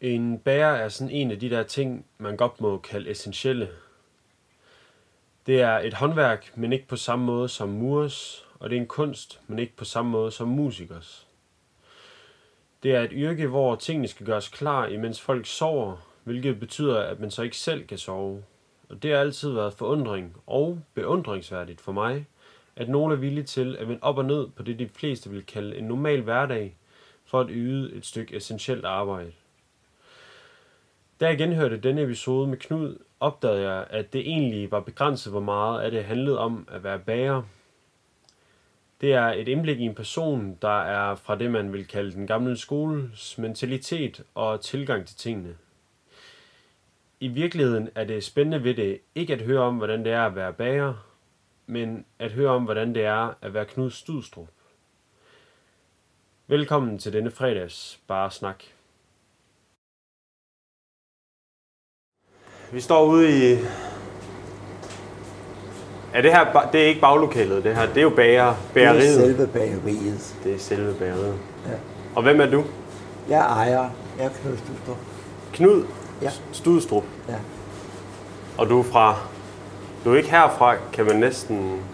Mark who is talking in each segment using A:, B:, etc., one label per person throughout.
A: En bærer er sådan en af de der ting, man godt må kalde essentielle. Det er et håndværk, men ikke på samme måde som murers, og det er en kunst, men ikke på samme måde som musikers. Det er et yrke, hvor tingene skal gøres klar, imens folk sover, hvilket betyder, at man så ikke selv kan sove. Og det har altid været forundring og beundringsværdigt for mig, at nogen er villige til at vende op og ned på det, de fleste vil kalde en normal hverdag, for at yde et stykke essentielt arbejde. Da jeg genhørte denne episode med Knud, opdagede jeg, at det egentlig var begrænset, hvor meget af det handlede om at være bager. Det er et indblik i en person, der er fra det, man vil kalde den gamle skoles mentalitet og tilgang til tingene. I virkeligheden er det spændende ved det ikke at høre om, hvordan det er at være bager, men at høre om, hvordan det er at være Knud Studstrup. Velkommen til denne fredags Bare Snak. Vi står ude i... Ja, det her ba- det er ikke baglokalet, det her. Det er jo bager,
B: Det er
A: bageriet.
B: selve bageriet.
A: Det er selve bageriet.
B: Ja.
A: Og hvem er du?
B: Jeg ejer, jeg er Knud Stustrup.
A: Knud
B: Ja.
A: Studstrup.
B: Ja.
A: Og du er fra... Du er ikke herfra, kan man næsten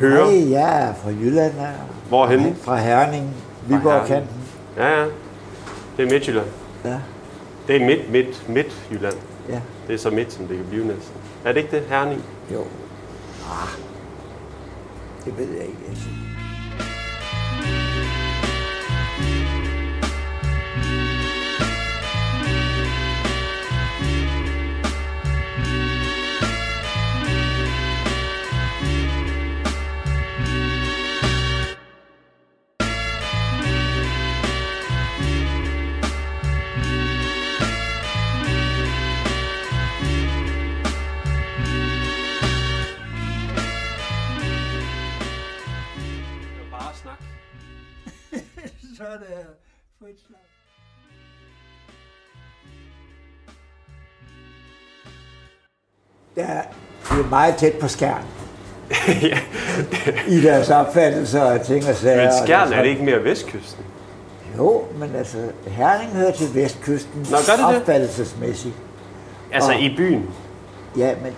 A: høre.
B: Nej, jeg er fra Jylland. af.
A: Hvorhenne?
B: Nej, Fra Herning, Viborg kanten.
A: Ja, ja. Det er Midtjylland.
B: Ja,
A: Det er midt, midt, Midtjylland.
B: ja.
A: Det er så midt, som det kan blive næsten. Er det ikke det, Herning?
B: Jo. Ah. Det ved jeg ikke. altså.
A: Bare snak.
B: Så er det frit slag. Ja, de er meget tæt på skærn
A: ja.
B: i deres opfattelser og ting og sager.
A: Men
B: og
A: Skjern
B: deres
A: er det ikke mere vestkysten?
B: Jo, men altså, Herning hører til vestkysten Nå,
A: gør det det?
B: opfattelsesmæssigt.
A: Altså
B: Åh.
A: i byen.
B: Ja, men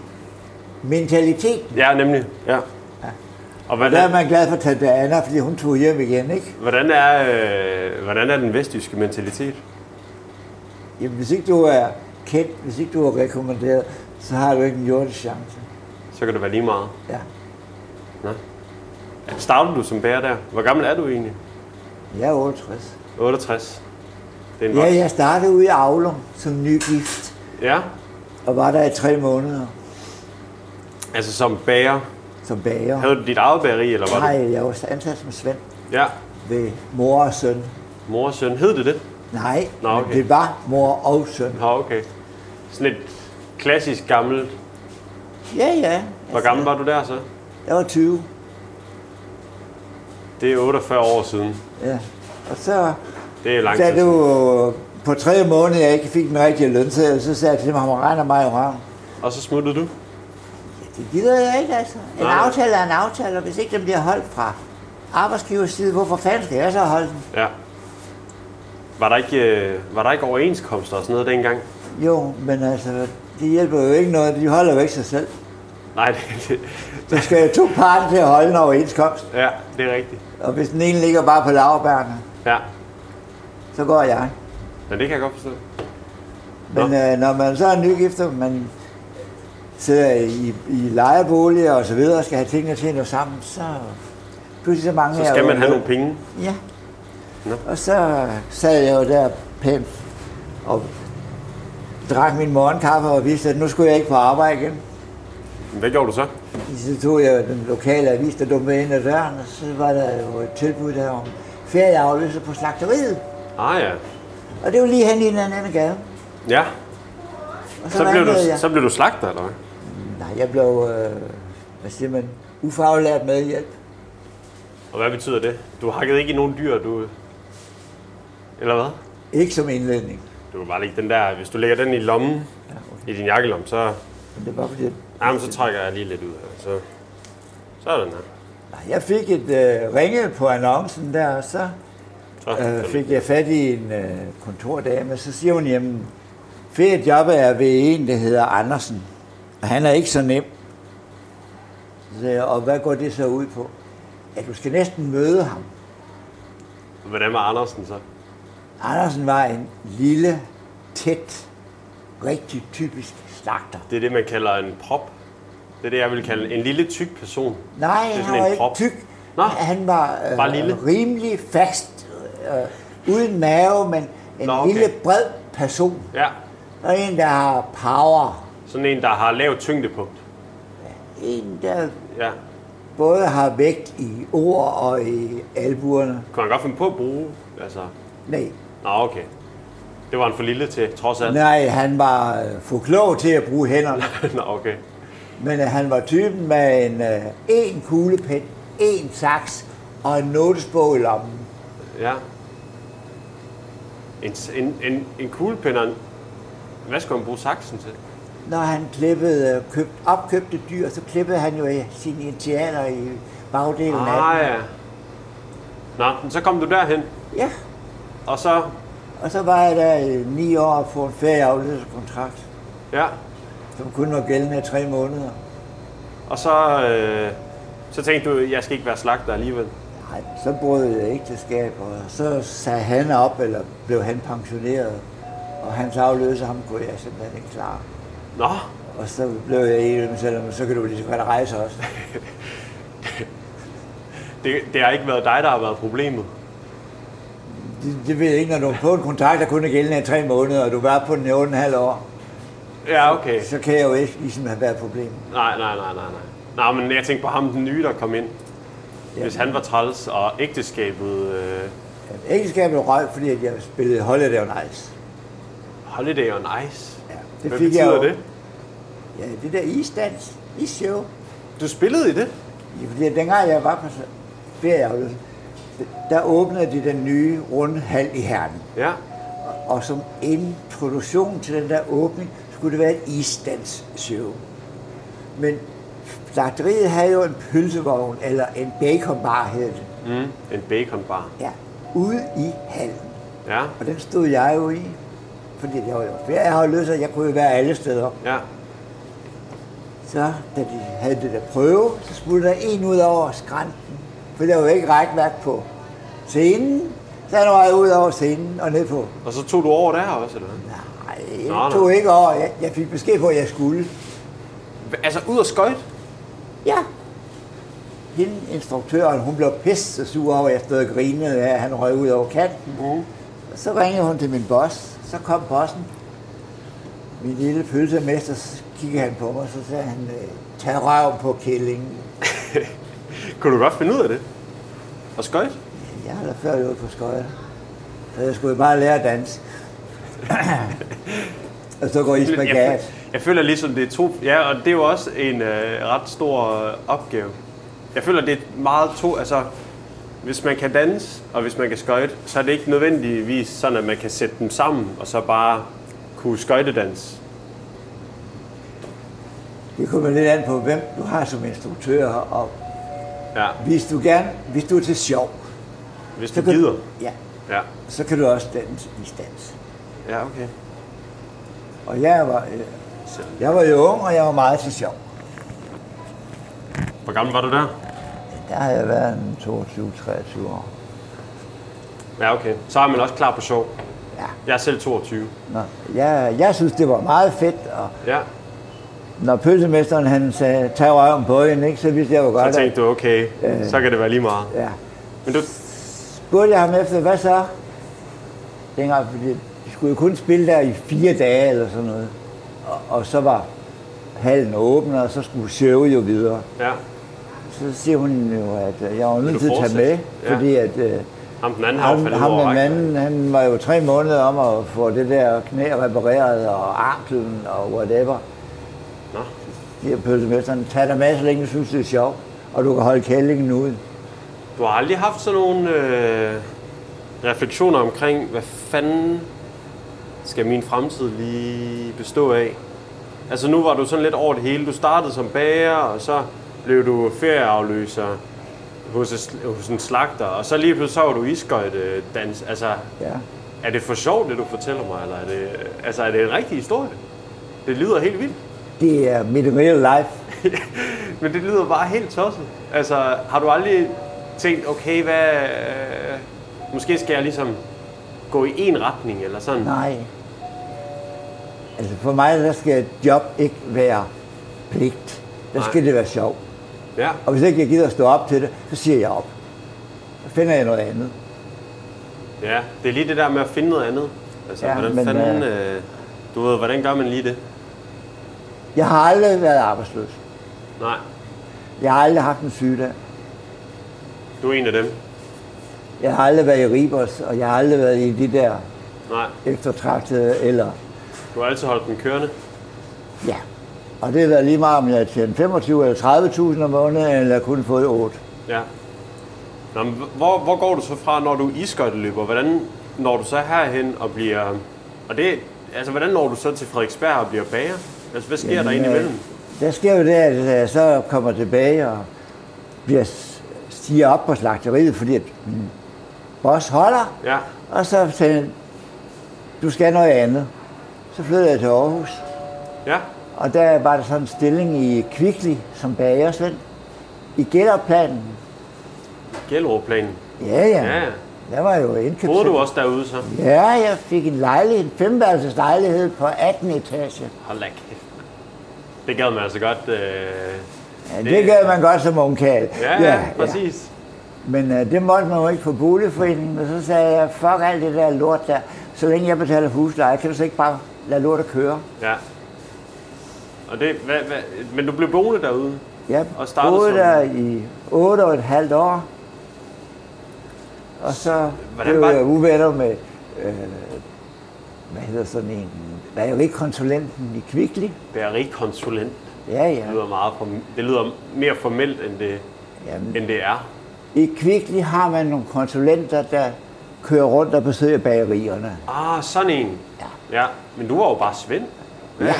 B: mentaliteten,
A: Ja, nemlig. Ja. Og
B: der er
A: hvordan,
B: man glad for Tante Anna, fordi hun tog hjem igen, ikke?
A: hvordan, er, øh, hvordan er den vestjyske mentalitet?
B: Jamen, hvis ikke du er kendt, hvis ikke du er rekommenderet, så har du ikke en jordisk chance.
A: Så kan det være lige meget.
B: Ja.
A: Nå. Startede du som bærer der? Hvor gammel er du egentlig?
B: Jeg er 68.
A: 68. Det er en
B: Ja,
A: voksen.
B: jeg startede ude i Avlum som nygift,
A: ja.
B: og var der i tre måneder
A: Altså som bærer.
B: som bager.
A: Havde du dit eget bageri, eller var det?
B: Nej, jeg var ansat som svend
A: Ja.
B: ved mor og søn.
A: Mor og søn. Hed det det?
B: Nej,
A: Nå,
B: men
A: okay.
B: det var mor og søn.
A: Nå, okay. Sådan et klassisk gammelt.
B: Ja, ja. Altså,
A: Hvor gammel var du der så?
B: Jeg var 20.
A: Det er 48 år siden.
B: Ja. Og så,
A: Det er lang tid
B: da
A: siden.
B: du på tredje måned, jeg ikke fik den rigtige lønseddel, så sagde jeg til ham, at regner mig i røven.
A: Og så smuttede du?
B: Det gider jeg ikke, altså. En
A: Nej.
B: aftale er en aftale, og hvis ikke den bliver holdt fra arbejdsgivers side, hvorfor fanden skal jeg så holde den?
A: Ja. Var der ikke, øh, var der ikke overenskomster og sådan noget dengang?
B: Jo, men altså, det hjælper jo ikke noget. De holder jo ikke sig selv.
A: Nej, det, det,
B: Der skal jo to parter til at holde en overenskomst.
A: ja, det er rigtigt.
B: Og hvis den ene ligger bare på lavbærne,
A: Ja,
B: så går jeg.
A: men det kan jeg godt forstå.
B: Men
A: Nå.
B: øh, når man så er nygift, og man sidder i, i lejeboliger og så videre, og skal have tingene til at nå sammen, så pludselig så mange
A: Så skal man have nogle penge.
B: Ja.
A: Nå.
B: Og så sad jeg jo der pænt og drak min morgenkaffe og vidste, at nu skulle jeg ikke på arbejde igen.
A: Men Hvad gjorde du så?
B: Så tog jeg den lokale avis, der dumpede ind ad døren, og så var der jo et tilbud der om ferieafløser på slagteriet.
A: Ah ja.
B: Og det var lige hen i den anden gade.
A: Ja,
B: Og
A: så blev,
B: ringede
A: du,
B: jeg.
A: så blev du slagter, eller hvad?
B: Nej, jeg blev, øh, hvad siger man, ufaglært medhjælp.
A: Og hvad betyder det? Du hakkede ikke i nogen dyr, du... Eller hvad?
B: Ikke som indledning.
A: Du kan bare lægge den der... Hvis du lægger den i lommen,
B: Ja, okay.
A: i din jakkelomme, så...
B: Men det var fordi, at-
A: Jamen, så trækker jeg lige lidt ud her. Så... Sådan her.
B: Nej, jeg fik et øh, ringe på annoncen der, og så øh, fik jeg fat i en øh, kontordame, så siger hun, jamen, feriejobbet er ved en, der hedder Andersen, og han er ikke så nem. Så sagde jeg, og hvad går det så ud på? At du skal næsten møde ham.
A: Hvordan var Andersen så?
B: Andersen var en lille, tæt, rigtig typisk slagter.
A: Det er det, man kalder en prop. Det er det, jeg vil kalde en lille, tyk person.
B: Nej,
A: det er
B: han var ikke
A: prop.
B: tyk.
A: Nå,
B: Han var, øh,
A: bare lille.
B: rimelig fast, øh, uden mave, men en
A: Nå, okay.
B: lille, bred person.
A: Ja,
B: Og en, der har power.
A: sådan en, der har lavt tyngdepunkt.
B: En, der
A: Ja.
B: både har vægt i ord og i albuerne.
A: Kunne han godt finde på at bruge? Altså,
B: Nej,
A: nå okay. Det var han for lille til, trods alt.
B: nej han var øh, for klog til at bruge hænderne.
A: nå, okay.
B: Men øh, han var typen med en, øh, en kuglepen, en saks og en notesbog i lommen.
A: Ja. En, en, en, en kuglepind og en... Hvad skulle han bruge saksen til?
B: Når han klippede, øh, købt, opkøbte dyr, så klippede han jo øh, sine initialer i bagdelen
A: Ah,
B: af
A: ja. Nå, men så kom du derhen,
B: den. Ja,
A: og så...
B: og så var jeg der i ni år og få en ferieafløserkontrakt,
A: Ja,
B: som kun var gældende i tre måneder.
A: og så... Øh, så tænkte du, jeg skal ikke være slagter alligevel.
B: Nej, så brød jeg ægteskab, og så sagde han op, eller blev han pensioneret. Og hans afløser, ham kunne jeg simpelthen ikke klare.
A: Nå,
B: Og så blev jeg enig med selvom så kan du lige så godt rejse også.
A: det, det har ikke været dig, der har været problemet.
B: Det, det ved jeg ikke, når du er på en kontrakt, der kun er gældende i tre måneder, og du var på den i otte og en halv år,
A: Ja, okay.
B: så kan jeg jo ikke ligesom have været problemet.
A: Nej, nej, nej, nej, nej. Nej, men jeg tænkte på ham, den nye, der kom ind. Hvis han var træls, og ægteskabet øh,
B: Ægteskabet røg, fordi at jeg spillede Holiday on Ice.
A: Holiday on Ice.
B: Ja, det
A: Hvad
B: fik jeg
A: betyder
B: jo.
A: det?
B: Ja, det der isdans, isshow.
A: Du spillede i det?
B: Ja, fordi at dengang jeg var på ferieafløser, der åbnede de den nye runde hal i Herning.
A: Ja.
B: Og som introduktion til den der åbning, skulle det være et isdans-show. Men slagteriet havde jo en pølsevogn, eller en baconbar hed det,
A: Mm. En baconbar.
B: ja, ude i hallen.
A: Ja,
B: Og den stod jeg jo i, fordi jeg var jo ferieafløser, jeg kunne jo være alle steder.
A: ja.
B: Så, da de havde det der prøve, så skulle der en ud over skrænten, for der var jo ikke rækværk på scenen. Så han røg ud over scenen og ned på.
A: Og så tog du over der også, eller hvad?
B: Nej,
A: Nå, nå.
B: jeg tog ikke over. Jeg, jeg fik besked på, at jeg skulle.
A: Hva- Altså, ud og skøjt?
B: Ja. Hende, instruktøren, hun blev pisse sur over, at jeg stod og grinede af, at han røg ud over kanten.
A: Mm.
B: Så ringede hun til min boss. Så kom bossen. Min lille pølsemester, så kiggede han på mig, så sagde han, øh, tag røven på killingen.
A: Kunne du godt finde ud af det? Og skøjt?
B: Jeg har da før øvet på skøjter. Så jeg skulle jo bare lære at danse. og så går i
A: jeg,
B: spagat.
A: jeg føler ligesom, det er to... Ja, og det er jo også en øh, ret stor øh, opgave. Jeg føler, det er meget to... Altså, hvis man kan danse, og hvis man kan skøjte, så er det ikke nødvendigvis sådan, at man kan sætte dem sammen, og så bare kunne skøjtedans.
B: Det kommer lidt an på, hvem du har som instruktør. Og
A: Ja,
B: hvis du gerne, hvis du er til sjov,
A: hvis du gider.
B: ja,
A: Ja,
B: så kan du også danse i dans.
A: ja okay.
B: Og jeg var, øh,
A: Så,
B: jeg var jo ung, og jeg var meget til sjov.
A: hvor gammel var du der?
B: Der har jeg været en 22-23 år.
A: Ja, okay. Så er man også klar på sjov.
B: Ja.
A: Jeg er selv 22.
B: Nå, jeg, jeg synes, det var meget fedt, og
A: Ja,
B: når pølsemesteren han sagde, tag røven på hende, ikke, så vidste jeg jo godt,
A: så tænkte du, okay, så kan det være lige meget.
B: at, ja.
A: Men du,
B: spurgte jeg ham efter, hvad så? Dengang, fordi de skulle jo kun spille der i fire dage eller sådan noget. Og, og så var hallen åben, og så skulle showet jo videre.
A: ja,
B: Så siger hun jo, at øh, jeg var nødt
A: du
B: til at tage med,
A: fortsætte? Ja.
B: fordi at øh,
A: ham den anden har jo
B: ham,
A: faldet
B: ham
A: over
B: den
A: rækken.
B: anden, han var jo tre måneder om at få det der knæ repareret og anklen og whatever.
A: Nå.
B: Siger pølsemesteren, tag dig med, så længe du synes, det er sjovt, og du kan holde kællingen ud.
A: Du har aldrig haft sådan nogle øh, refleksioner omkring, hvad fanden skal min fremtid lige bestå af? Altså nu var du sådan lidt over det hele. Du startede som bager, og så blev du ferieafløser. hos, en sl- hos en slagter, og så lige pludselig så var du iskøjtedans. Altså,
B: Ja.
A: er det for sjovt, det du fortæller mig, eller er det, altså, er det en rigtig historie? Det lyder helt vildt,
B: Det er mit real life.
A: men det lyder bare helt tosset. Altså, har du aldrig tænkt, okay, hvad... Øh, måske skal jeg ligesom gå i en retning, eller sådan?
B: Nej. Altså for mig, der skal et job ikke være pligt. Der
A: Nej.
B: skal det være sjovt.
A: Ja,
B: Og hvis ikke jeg gider at stå op til det, så siger jeg op. Så finder jeg noget andet.
A: ja, det er lige det der med at finde noget andet. Altså, ja,
B: Ja,
A: hvordan men,
B: men,
A: fanden... Øh, du ved, hvordan gør man lige det?
B: Jeg har aldrig været arbejdsløs.
A: Nej,
B: Jeg har aldrig haft en sygedag.
A: du er en af dem.
B: Jeg har aldrig været i Ribers, og jeg har aldrig været i de der
A: Nej,
B: eftertragtede eller...
A: du har altid holdt den kørende.
B: Ja. Og det har været lige meget, om jeg tjente 25 eller 30.000 om måneden, eller kun fået 8.
A: Ja. Nå, men hvor, hvor går du så fra, når du er iskøjteløber? Hvordan når du så herhen og bliver... Og det, altså, hvordan når du så til Frederiksberg og bliver bager? Altså, hvad sker Jamen, der
B: Jamen,
A: indimellem?
B: øh, Der sker jo det, at jeg så kommer tilbage og bliver, stiger op på slagteriet, fordi at min boss holder.
A: Ja,
B: Og så sagde han, du skal noget andet. Så flyttede jeg til Aarhus.
A: ja,
B: Og der var der sådan en stilling i Kvickly som bagersvend. I gælderplanen.
A: Gjellerup-planen.
B: Ja, ja.
A: Ja, ja.
B: Der var jo indkøbt.
A: Boede du også derude så?
B: Ja, jeg fik en lejlighed, en femværelses lejlighed på 18 etage.
A: Hold da kæft. mand. Det gad man altså godt. Øh...
B: Ja, det, det gad man godt som ung kald.
A: Ja, ja, præcis.
B: Men øh, det måtte man jo ikke på boligforeningen, og så sagde jeg, fuck alt det der lort der. Så længe jeg betaler husleje, kan du så ikke bare lade lortet køre?
A: Ja. ja. Og det, hvad, hvad, men du blev boende derude?
B: Jeg
A: Og startede
B: boede
A: som-
B: der i otte og et halvt år. Og så
A: Hvordan
B: blev
A: var-
B: jeg uvenner med, øh, hvad hedder sådan en, konsulenten i Kvickly.
A: Bærerikonsulent.
B: Ja, ja.
A: Det lyder, meget form- det lyder mere formelt, end det,
B: Jamen.
A: end det er.
B: I Kvickly har man nogle konsulenter, der kører rundt og besøger bagerierne.
A: Ah, sådan en.
B: Ja.
A: ja. Men du var jo bare Svend.
B: Ja,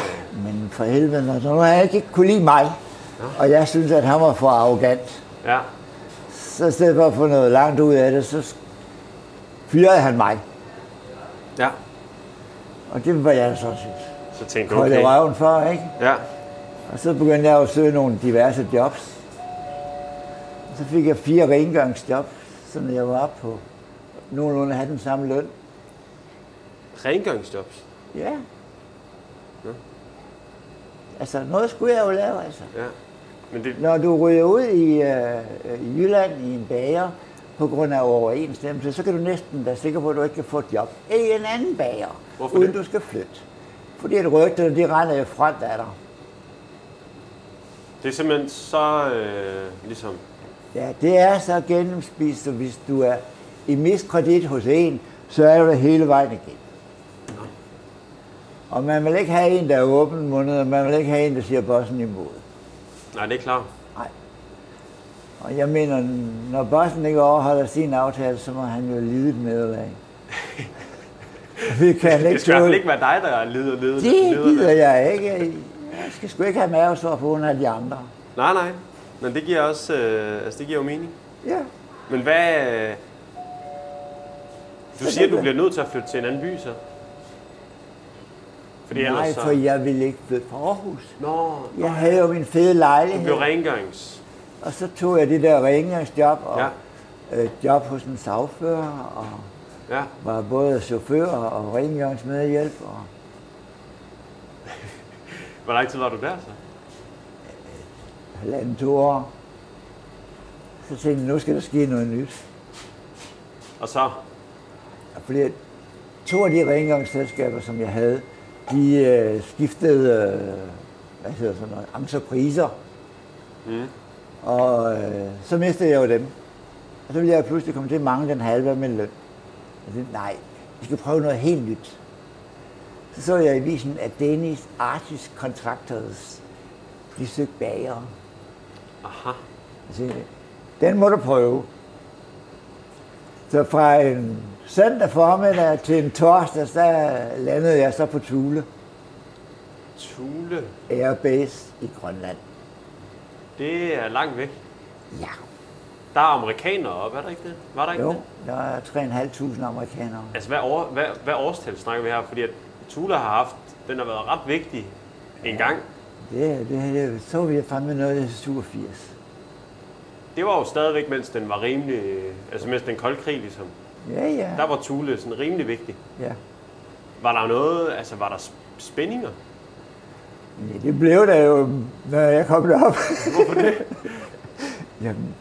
B: men for helvede, når når han ikke kunne lide mig, og jeg synes, at han var for arrogant,
A: Ja.
B: så i stedet for at få noget langt ud af det, så fyrede han mig.
A: Ja.
B: Og det var jeg så set.
A: Så tænkte du,
B: Kolde
A: okay.
B: røven for, ikke?
A: Ja.
B: Og så begyndte jeg at søge nogle diverse jobs. Og så fik jeg fire rengøringsjob, så når jeg var oppe på nogenlunde have den samme løn.
A: Rengøringsjobs.
B: Ja. Altså, noget skulle jeg jo lave, altså.
A: Ja. Men det,
B: Når du ryger ud i, øh, i Jylland i en bager på grund af overensstemmelse, så kan du næsten være sikker på, at du ikke kan få et job i en anden bager,
A: Hvorfor
B: uden
A: det?
B: du skal flytte. Fordi at rygterne, de render i front af dig.
A: det er simpelthen så øh, ligesom...
B: Ja, det er så gennemspist, og hvis du er i miskredit hos en, så er du der hele vejen igen. Og man vil ikke have en, der er åben mundet, og man vil ikke have en, der siger bossen imod.
A: Nej, det er klart.
B: Nej. Og jeg mener, når bossen ikke overholder sin aftale, så må han jo lide et nederlag. Vi kan
A: Det
B: ikke
A: skal i hvert fald
B: tåle.
A: ikke være dig, der er leder, leder,
B: Det gider
A: leder.
B: jeg ikke. Jeg skal sgu ikke have mavesår på grund af de andre.
A: Nej, nej. Men det giver også... Øh, altså, det giver jo mening.
B: Ja.
A: Men hvad... øh, Du siger, du bliver nødt til at flytte til en anden by, så? Fordi
B: Nej,
A: ellers så...
B: for jeg ville ikke flytte fra Aarhus.
A: Nå,
B: Jeg havde jo min fede
A: du
B: lejlighed,
A: blev rengørings...
B: og så tog jeg det der rengøringsjob og
A: Ja.
B: øh, job hos en sagfører, og
A: Ja.
B: var både chauffør og rengøringsmedhjælp. Og
A: Hvor lang tid var du der, så?
B: halvanden to år. Så tænkte jeg, nu skal der ske noget nyt.
A: Og så...
B: Og Fordi at to af de rengøringsselskaber, som jeg havde, de øh, skiftede øh, hvad hedder sådan noget, entrepriser.
A: Mm.
B: Og øh, så mistede jeg jo dem. Og så ville jeg pludselig komme til at mangle den halve af min løn. Jeg tænkte, nej, vi skal prøve noget helt nyt. Så så jeg i avisen, at Danish Artist Contractors, de søgte bagere.
A: Aha.
B: Jeg siger, Den må du prøve. Så fra en søndag formiddag til en torsdag, så landede jeg så på Thule
A: Thule.
B: Airbase i Grønland.
A: Det er langt væk.
B: Ja.
A: Der er amerikanere op, er der ikke det? Var der ikke
B: Jo,
A: det?
B: der er 3.500 amerikanere.
A: Altså, hvad, år, hvad, hvad årstal snakker vi her? Fordi at Tula har haft, den har været ret vigtig en gang.
B: Det, det, det så er vi fremme noget, der hedder 87.
A: Det var jo stadigvæk, mens den var rimelig, øh, altså mens den kolde krig ligesom.
B: Ja, ja.
A: Der var Tule sådan rimelig vigtig.
B: ja.
A: Var der noget, altså var der sp- spændinger?
B: Ja, det blev der jo, når jeg kom derop. Hvorfor det? Jamen,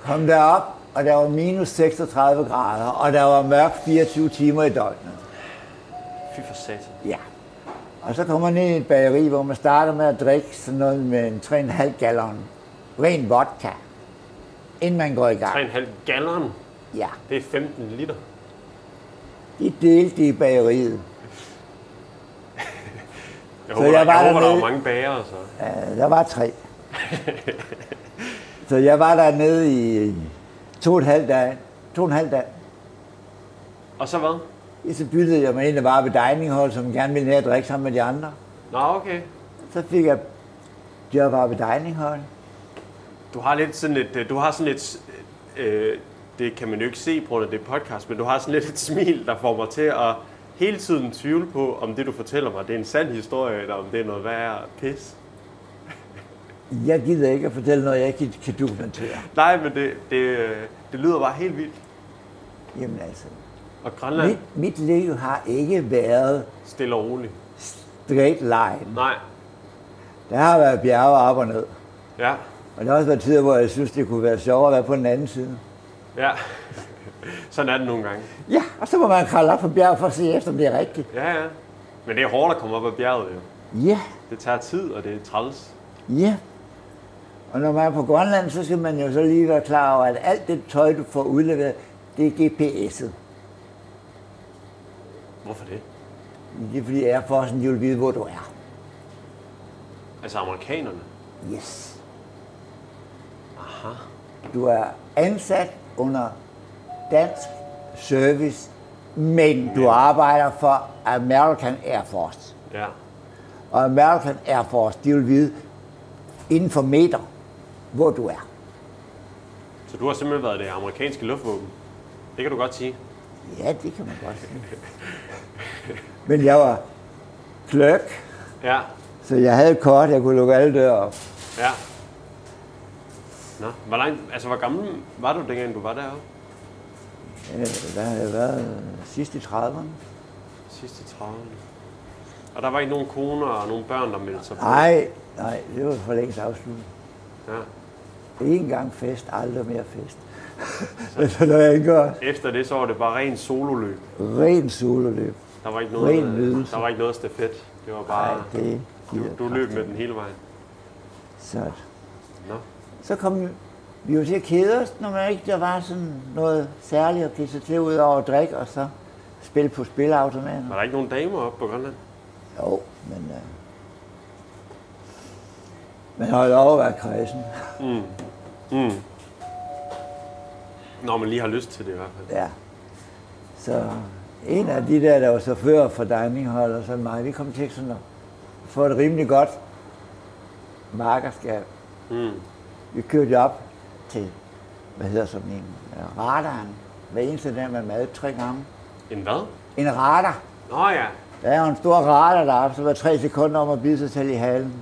B: kom derop, og der var minus 36 grader, og der var mørkt 24 timer i døgnet.
A: Fy for satan.
B: Ja. Og så kommer man ned i et bageri, hvor man starter med at drikke sådan noget med en 3,5 gallon ren vodka, inden man går i gang.
A: 3,5 gallon,
B: Ja.
A: det er 15 liter.
B: De delte i bageriet.
A: Jeg håber, jeg
B: jeg
A: der,
B: var
A: jeg håber der var
B: dernede-
A: mange bager. altså. Så.
B: Øh, Der var tre. så jeg var dernede i to og en halv dag. To og en halv dag.
A: Og så hvad?
B: Så byttede jeg mig ind og var ved dining hall, som gerne ville ned og drikke sammen med de andre.
A: Nå, okay.
B: Så fik jeg job var ved dining hall.
A: Du har lidt sådan et, øh, du har sådan lidt, øh, det kan man jo ikke se på grund af det er podcast, men du har sådan lidt et smil, der får mig til at hele tiden tvivle på, om det du fortæller mig, det er en sand historie, eller om det er noget værre pis.
B: Jeg gider ikke at fortælle noget, jeg ikke kan dokumentere.
A: Nej, men det, det, øh, det lyder bare helt vildt.
B: Jamen altså,
A: Og Grønland,
B: mit, mit liv har ikke været
A: stille og roligt.
B: straight line.
A: Nej,
B: Der har været bjerge op og ned.
A: ja,
B: Og der har også været tider, hvor jeg synes, det kunne være sjovere at være på den anden side.
A: ja. sådan er det nogle gange.
B: Ja, og så må man kravle op på bjerget for at se efter, om det er rigtigt.
A: Ja, ja. Men det er hårdt at komme op ad bjerget, jo.
B: Ja,
A: Det tager tid, og det er træls.
B: ja. Og når man er på Grønland, så skal man jo så lige være klar over, at alt det tøj, du får udleveret, det er GPS'et.
A: Hvorfor det?
B: Det er fordi Airforcen, de vil vide, hvor du er.
A: Altså amerikanerne.
B: Yes. Aha. Du er ansat under dansk service, men du arbejder for American Air Force.
A: Ja.
B: Og American Air Force, de vil vide inden for meter, hvor du er.
A: Så du har simpelthen været det amerikanske luftvåben. Det kan du godt sige.
B: Ja, det kan man godt sige. Men jeg var kløk,
A: Ja,
B: så jeg havde et kort, jeg kunne lukke alle døre op.
A: ja. Nå, hvor, lang, altså, hvor gammel var du, dengang du var deroppe?
B: Øh, Hvad har jeg været? Sidst i 30'erne?
A: Sidste 30. Og der var ikke nogen koner og nogen børn, der meldte sig på?
B: Nej, nej, det var for længst afsluttet.
A: Ja.
B: En gang fest, aldrig mere fest. Så der er ikke også
A: Efter det, så var det bare ren sololøb.
B: ren sololøb.
A: Der var ikke noget,
B: Ren nydelse.
A: der var ikke noget stafet. Det var bare,
B: Nej, det gider
A: Ah, du, du løb med den hele vejen.
B: Så,
A: Nå.
B: så kom vi jo til at kede os, når man ikke der var sådan noget særligt at give sig til, ud over at drikke og så spille på spilleautomater.
A: Var der ikke nogen damer oppe på Grønland?
B: Jo, men... Øh, man har jo lov at være kredsen.
A: Når Mm. man lige har lyst til det i hvert fald.
B: Ja. Så en af de der, der var chauffør for Dejninghold og sådan mig, vi kom til sådan at få et rimelig godt markerskab.
A: Mm.
B: Vi kørte op til, hvad hedder sådan en, øh, radaren. Hver eneste dag med mad tre gange.
A: En hvad?
B: En radar.
A: Nå ja,
B: Der er jo en stor radar deroppe, så var tre sekunder om at bide sig selv i halen.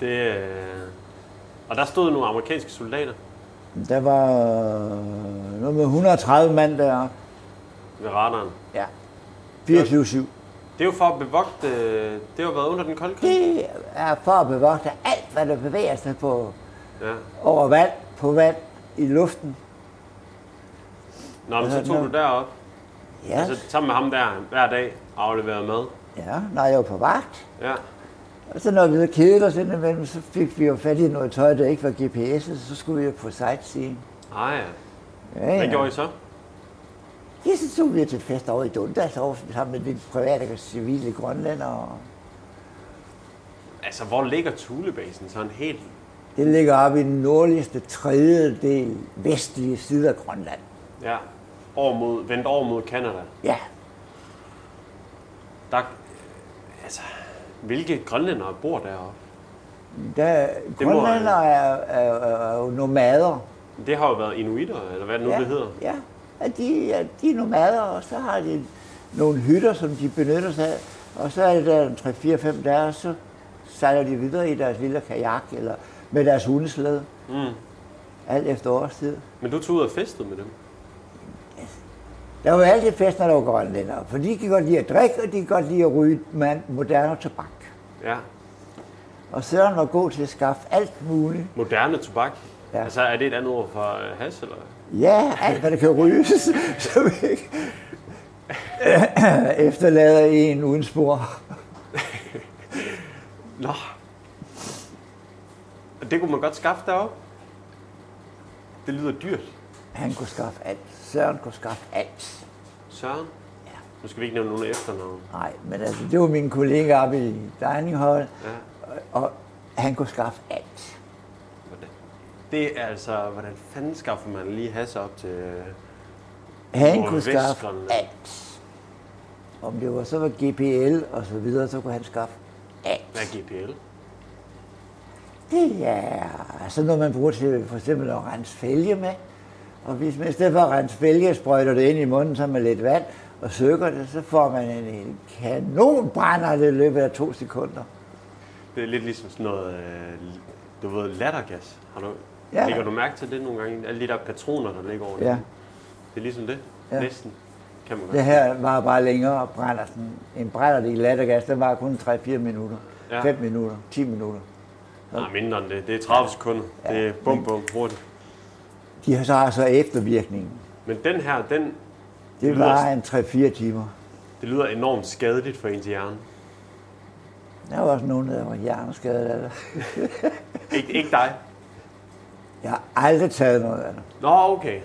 A: det... øh, Og der stod nogle amerikanske soldater
B: Der var øh, noget med 130 mand deroppe.
A: ved radaren.
B: Ja. 24-7.
A: Det er jo for at bevogte... øh, Det har været under den kolde krig.
B: Det er for at bevogte alt, hvad der bevæger sig på
A: Ja.
B: over vand, på vand, i luften.
A: Nå, men så
B: Ja,
A: tog
B: nå.
A: du derop.
B: Ja,
A: Altså sammen med ham der hver dag afleverede mad.
B: ja når jeg var på vagt.
A: Ja.
B: Og så når vi var kedet os indimellem, så fik vi jo fat i noget tøj, der ikke var GPS, og så skulle vi jo på sightseeing.
A: Ah ja.
B: Ja,
A: Hvad gjorde
B: ja.
A: I så?
B: Ja, så tog vi til fest over i Dundas, over sammen med de private og civile grønlændere.
A: Altså, hvor ligger Thulebasen sådan helt?
B: Det ligger oppe i den nordligste tredjedel vestlige side af Grønland.
A: Ja. Over mod, vendt over mod Kanada.
B: Ja,
A: Der, altså, hvilke grønlændere bor deroppe?
B: Der,
A: Det må-
B: grønlander er, er, er, er jo nomader.
A: Det har jo været inuitter, eller hvad det nu
B: ja,
A: det hedder.
B: Ja, at de, ja, de er nomader, og så har de nogle hytter, som de benytter sig af. Og så er det der 3-4-5 dage, og så sejler de videre i deres lille kajak, eller med deres hundeslæde,
A: Mm.
B: alt efter årstid.
A: Men du tog ud og festede med dem.
B: Der var altid fest, når der var grønlændere, for de kan godt lide at drikke, og de kan godt lide at ryge man- moderne tobak.
A: Ja.
B: Og Søren var god til at skaffe alt muligt.
A: Moderne tobak. Ja.
B: Ja.
A: Altså, er det et andet ord for øh, hash, eller?
B: Ja, alt hvad der kan ryges, som ikke efterlader en uden spor.
A: Nå. Og det kunne man godt skaffe deroppe. Det lyder dyrt.
B: Han kunne skaffe alt. Søren kunne skaffe alt.
A: Søren? Ja. Nu skal vi ikke nævne nogen efternavn.
B: Nej, men altså, det var min kollega oppe i Dejninghold,
A: Ja.
B: og han kunne skaffe alt.
A: Hvordan? Det er altså, hvordan fanden skaffer man lige hash op til... øh,
B: Han
A: Hvor
B: kunne skaffe
A: Vestgrønland.
B: alt. Om det var så var GPL og så videre, så kunne han skaffe
A: Hvad
B: alt.
A: er GPL?
B: Det er sådan noget, man bruger til for eksempel at rense fælge med. Og hvis man i stedet for at rense fælge, sprøjter det ind i munden, så med lidt vand og søger det, så får man en, en kanonbrænder i løbet af to sekunder.
A: Det er lidt ligesom sådan noget, øh, du ved, lattergas. Har du, ja.
B: Ja.
A: Lægger du mærke til det nogle gange? Alle de der patroner, der ligger over det.
B: Ja.
A: Det er ligesom det. Ja.
B: Ja.
A: Næsten. Kan man godt.
B: Det her var bare længere brændersen. En brænder i lattergas, den var kun 3-4 minutter.
A: Ja.
B: Ja. 5 minutter, 10 minutter.
A: Nej, mindre end det. Det er 30 sekunder. Ja. Det er bum, bum, hurtigt.
B: De har så altså eftervirkningen.
A: Men den her, den,
B: Det
A: lyder
B: var
A: også-
B: en 3-4 timer.
A: det lyder enormt skadeligt for ens hjerne.
B: Der var også nogen, der var hjerneskadet af det.
A: Ik- ikke dig.
B: Jeg har aldrig taget noget af det.
A: Nå, okay.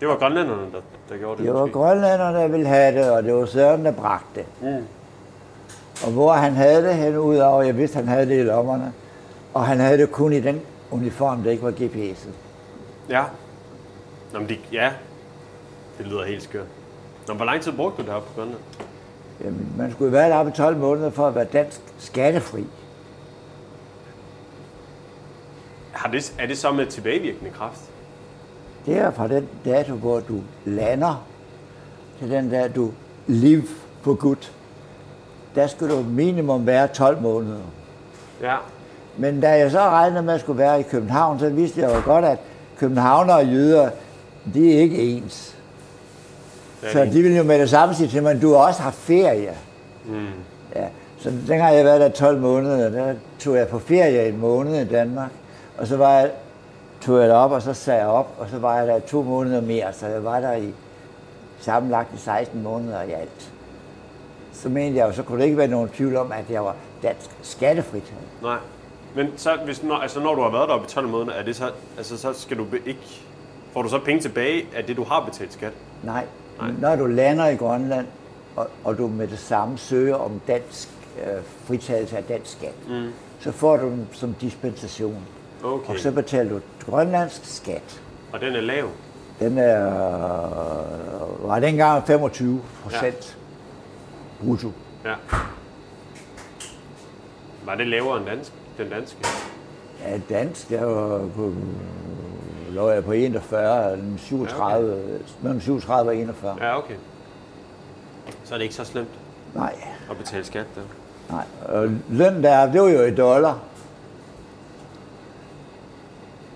A: Det var grønlænderne, der, der gjorde det.
B: Det var
A: måske.
B: grønlænder, der ville have det, og det var Søren, der bragte det.
A: Mm.
B: Og hvor han havde det hen, udover jeg vidste, han havde det i lommerne. Og han havde det kun i den uniform, der ikke var GPS'et.
A: Ja. Nå, men det, ja. Det lyder helt skørt. Nå, hvor lang tid brugte du deroppe på Grønland?
B: Jamen, man skulle jo være deroppe i 12 måneder for at være dansk skattefri.
A: Har det, er det så med tilbagevirkende kraft?
B: Det er fra den dato, hvor du lander, til den dag, du live for godt. Der skulle du minimum være 12 måneder.
A: Ja.
B: Men da jeg så regnede med, at jeg skulle være i København, så vidste jeg jo godt, at københavner og jøder, de er ikke ens.
A: Ja,
B: Så
A: det-
B: de ville jo med det samme sige til mig, at du har også haft ferie.
A: Mm.
B: Ja. Så dengang jeg var der 12 måneder, der tog jeg på ferie en måned i Danmark. Og så var jeg, tog jeg op, og så sagde jeg op, og så var jeg der i to måneder mere. Så jeg var der i sammenlagt i 16 måneder i alt. Så mente jeg jo, så kunne der ikke være nogen tvivl om, at jeg var dansk skattefritaget.
A: Nej. Men så, hvis, når, altså, når du har været deroppe i 12 måneder, er det så, altså, så skal du be- ikke... Får du så penge tilbage af det, du har betalt skat?
B: Nej.
A: Nej.
B: Nej. Når du lander i Grønland, og, og du med det samme søger om dansk øh, fritagelse af dansk skat, mm. så får du den som dispensation.
A: Okay.
B: Og så betaler du grønlandsk skat.
A: Og den er lav.
B: Den er, øh, var dengang 25 procent ja. brutto.
A: Ja. Var det lavere end dansk, den danske?
B: Ja, dansk, der var på, lå jeg på 41, eller 37, ja, okay. mellem 37 og 41. Ja.
A: Ja, okay. Så er det ikke så slemt
B: Nej,
A: at betale skat der.
B: nej. Og Øh, løn der, det var jo i dollar.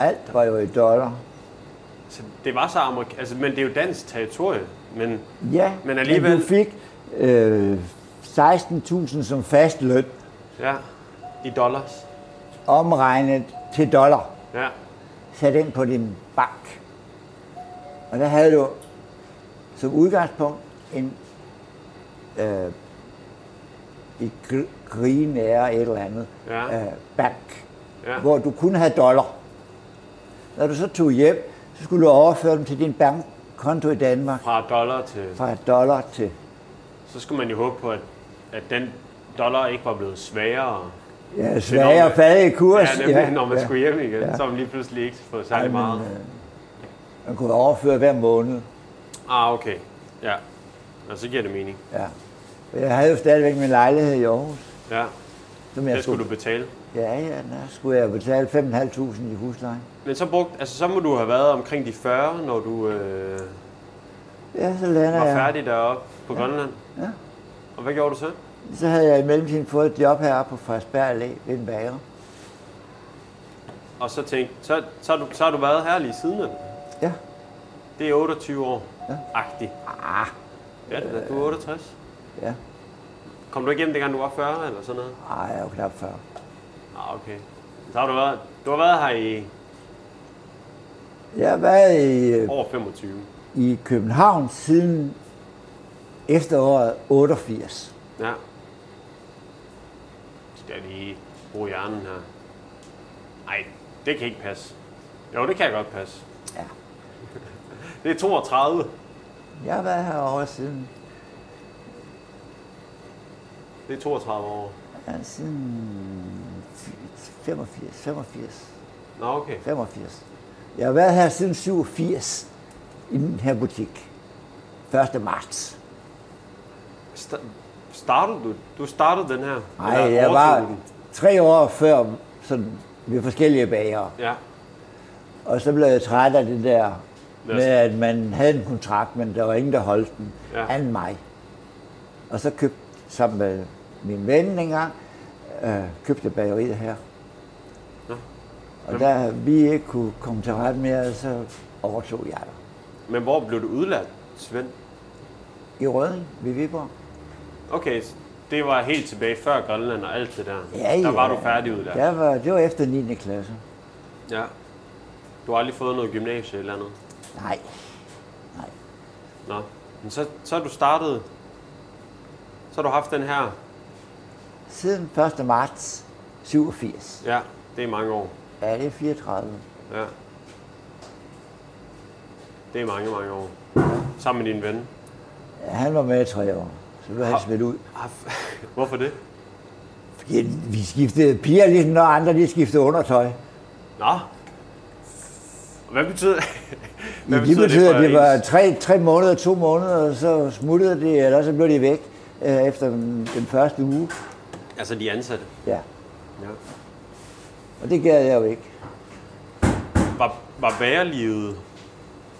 B: Alt var jo i dollar.
A: Så det var så amerik- altså, men det er jo dansk territorie. Men
B: Ja,
A: Men alligevel-
B: men du fik øh, 16.000 som fast løn,
A: ja, i dollars.
B: omregnet til dollar.
A: Ja,
B: sat ind på din bank. Og der havde du som udgangspunkt en øh, i green eller et eller andet
A: Ja.
B: øh, bank,
A: Ja.
B: hvor du kun havde dollar. Når du så tog hjem, så skulle du overføre dem til din bankkonto i Danmark
A: fra dollar til...
B: fra dollar til
A: Så skulle man jo håbe på, at, at den dollar ikke var blevet svagere.
B: ja,
A: når
B: svage
A: man-
B: og fattige kurs.
A: Ja, nemlig, ja, når man ja. skulle hjem igen, ja.
B: Ja.
A: så har man lige pludselig ikke fået
B: Ej,
A: særlig meget.
B: øh, man kunne overføre hver måned.
A: Ah, okay. Ja. Og så giver det mening.
B: Ja. Jeg havde jo stadigvæk min lejlighed i Aarhus.
A: Ja.
B: Som
A: Det skulle du betale.
B: Ja, ja, der skulle jeg betale 5.500 i husleje.
A: Men så, brugt, altså, så må du have været omkring de 40, når du øh,
B: Ja, så lander
A: var
B: jeg.
A: færdig deroppe på Grønland.
B: Ja.
A: Og hvad gjorde du så?
B: Så havde jeg i mellemtiden fået et job heroppe på Frederiksberg Allé ved en bager.
A: Og så tænkte, så, så, har du, så har du været her lige siden. eller?
B: Ja.
A: Det er 28 år.
B: Ja.
A: Agtig.
B: Ah,
A: Ja, det er da. du er 68.
B: ja.
A: Kom du ikke hjem, dengang du var 40 eller sådan noget?
B: Ej, jeg er jo knap 40.
A: Ah, okay. Så har du været, du har været her i
B: Jeg har været i, øh,
A: over 25.
B: i København siden efteråret 88.
A: Ja. Skal jeg lige bruge hjernen her? Nej, det kan ikke passe. Jo, det kan jeg godt passe.
B: Ja.
A: Det er 32.
B: Jeg har været herovre siden,
A: Det er 32 år.
B: ja, siden 85, 85,
A: Nå, okay.
B: 85. Jeg har været her siden 87 i den her butik. 1. marts.
A: Sta- startede du? Du startede den her?
B: Nej,
A: Eller
B: jeg
A: overtog du
B: var
A: den?
B: tre år før sådan, ved forskellige bager.
A: Ja,
B: Og så blev jeg træt af det der med,
A: Ja.
B: at man havde en kontrakt, men der var ingen, der holdt den.
A: Ja.
B: Ja. Anden mig. Og så købte, sammen med min ven engang, øh, købte jeg bageriet her.
A: Nå.
B: Og da vi ikke kunne komme til ret mere, så overtog jeg det.
A: men hvor blev du udlært, Svend?
B: I Røden ved Viborg.
A: Okay, så det var helt tilbage før Grønland og alt det der.
B: Ja,
A: der
B: ja.
A: var du færdigudlært.
B: Der var, det var efter 9. klasse.
A: ja. Du har aldrig fået noget gymnasie eller noget?
B: Nej,
A: Nå. Men så, så har du startet... Så har du haft den her...
B: siden 1. marts 87.
A: Ja, det er mange år.
B: Ja, det er 34.
A: Ja. Det er mange, mange år. Sammen med din ven.
B: Ja, han var med i tre år. Så blev han smidt ud.
A: Ah, Hvorfor det?
B: Ja, vi skiftede piger, ligesom når andre de skiftede undertøj.
A: Nå. Hvad betyder,
B: Ja, det betød, at det var tre, tre måneder, to måneder, og så smuttede det, eller så blev de væk øh, efter den, den første uge.
A: Altså de ansatte.
B: Ja,
A: Ja.
B: og det gad jeg jo ikke.
A: Var, var bærelivet...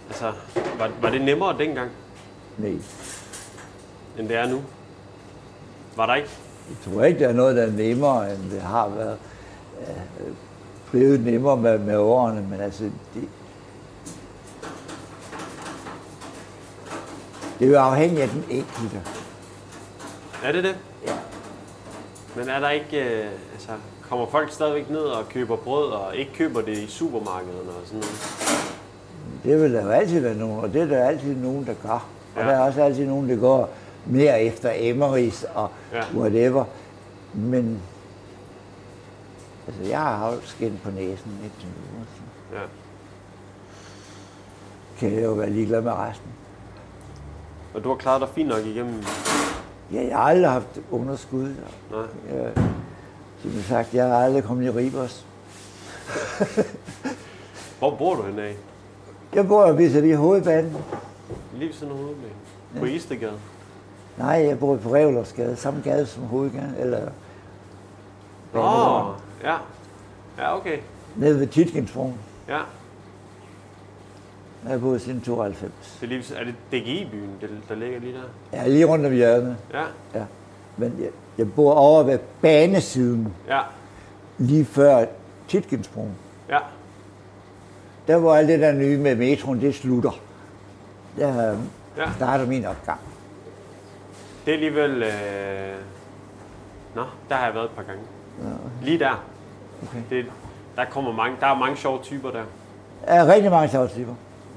A: Altså, var, var det nemmere dengang,
B: Nej,
A: end det er nu? Var der ikke...
B: jeg tror ikke, der er noget, der er nemmere, end det har været. Øh, øh, blevet nemmere med, med årene, men altså, det, det er jo afhængigt af den enkelte.
A: Er det det?
B: Ja.
A: Men er der ikke... Øh, altså, kommer folk stadigvæk ned og køber brød, og ikke køber det i supermarkederne og sådan noget?
B: Det vil der jo altid være nogen, og det er der altid nogen, der gør. Og
A: Ja.
B: ja. der er også altid nogen, der går mere efter Emmerys og
A: Ja.
B: ja. whatever. Men altså, jeg har haft skin på næsen indtil nu, og så
A: Ja.
B: kan jeg jo være ligeglad med resten.
A: Og du har klaret dig fint nok igennem...
B: Ja, jeg har aldrig haft underskud.
A: Nej.
B: Jeg, som sagt, jeg har aldrig kommet i Ribers.
A: Hvor bor du henne af?
B: Jeg bor jo ved vi hovedbanen.
A: Lige ved siden af hovedbanen. På Istegade.
B: Nej, jeg bor på Revlersgade, samme gade som hovedgaden, eller
A: Åh, oh, ja. Ja, okay.
B: nede ved Titkinsbroen.
A: Ja.
B: Jeg har boet siden 92.
A: Det er, lige, er det DGI-byen, der, der ligger lige der?
B: Ja, lige rundt om hjørnet.
A: Ja,
B: Ja. Men jeg, jeg bor over ved banesiden,
A: ja,
B: lige før Titkinsbroen.
A: ja.
B: Der hvor alt det der nye med metroen, det slutter. Der øh,
A: Ja.
B: starter min opgang.
A: Det er alligevel... Øh... Nå, der har jeg været et par gange. Lige der.
B: Okay.
A: Det, der kommer mange, der er mange sjove typer der.
B: Der er rigtig mange slagstyper.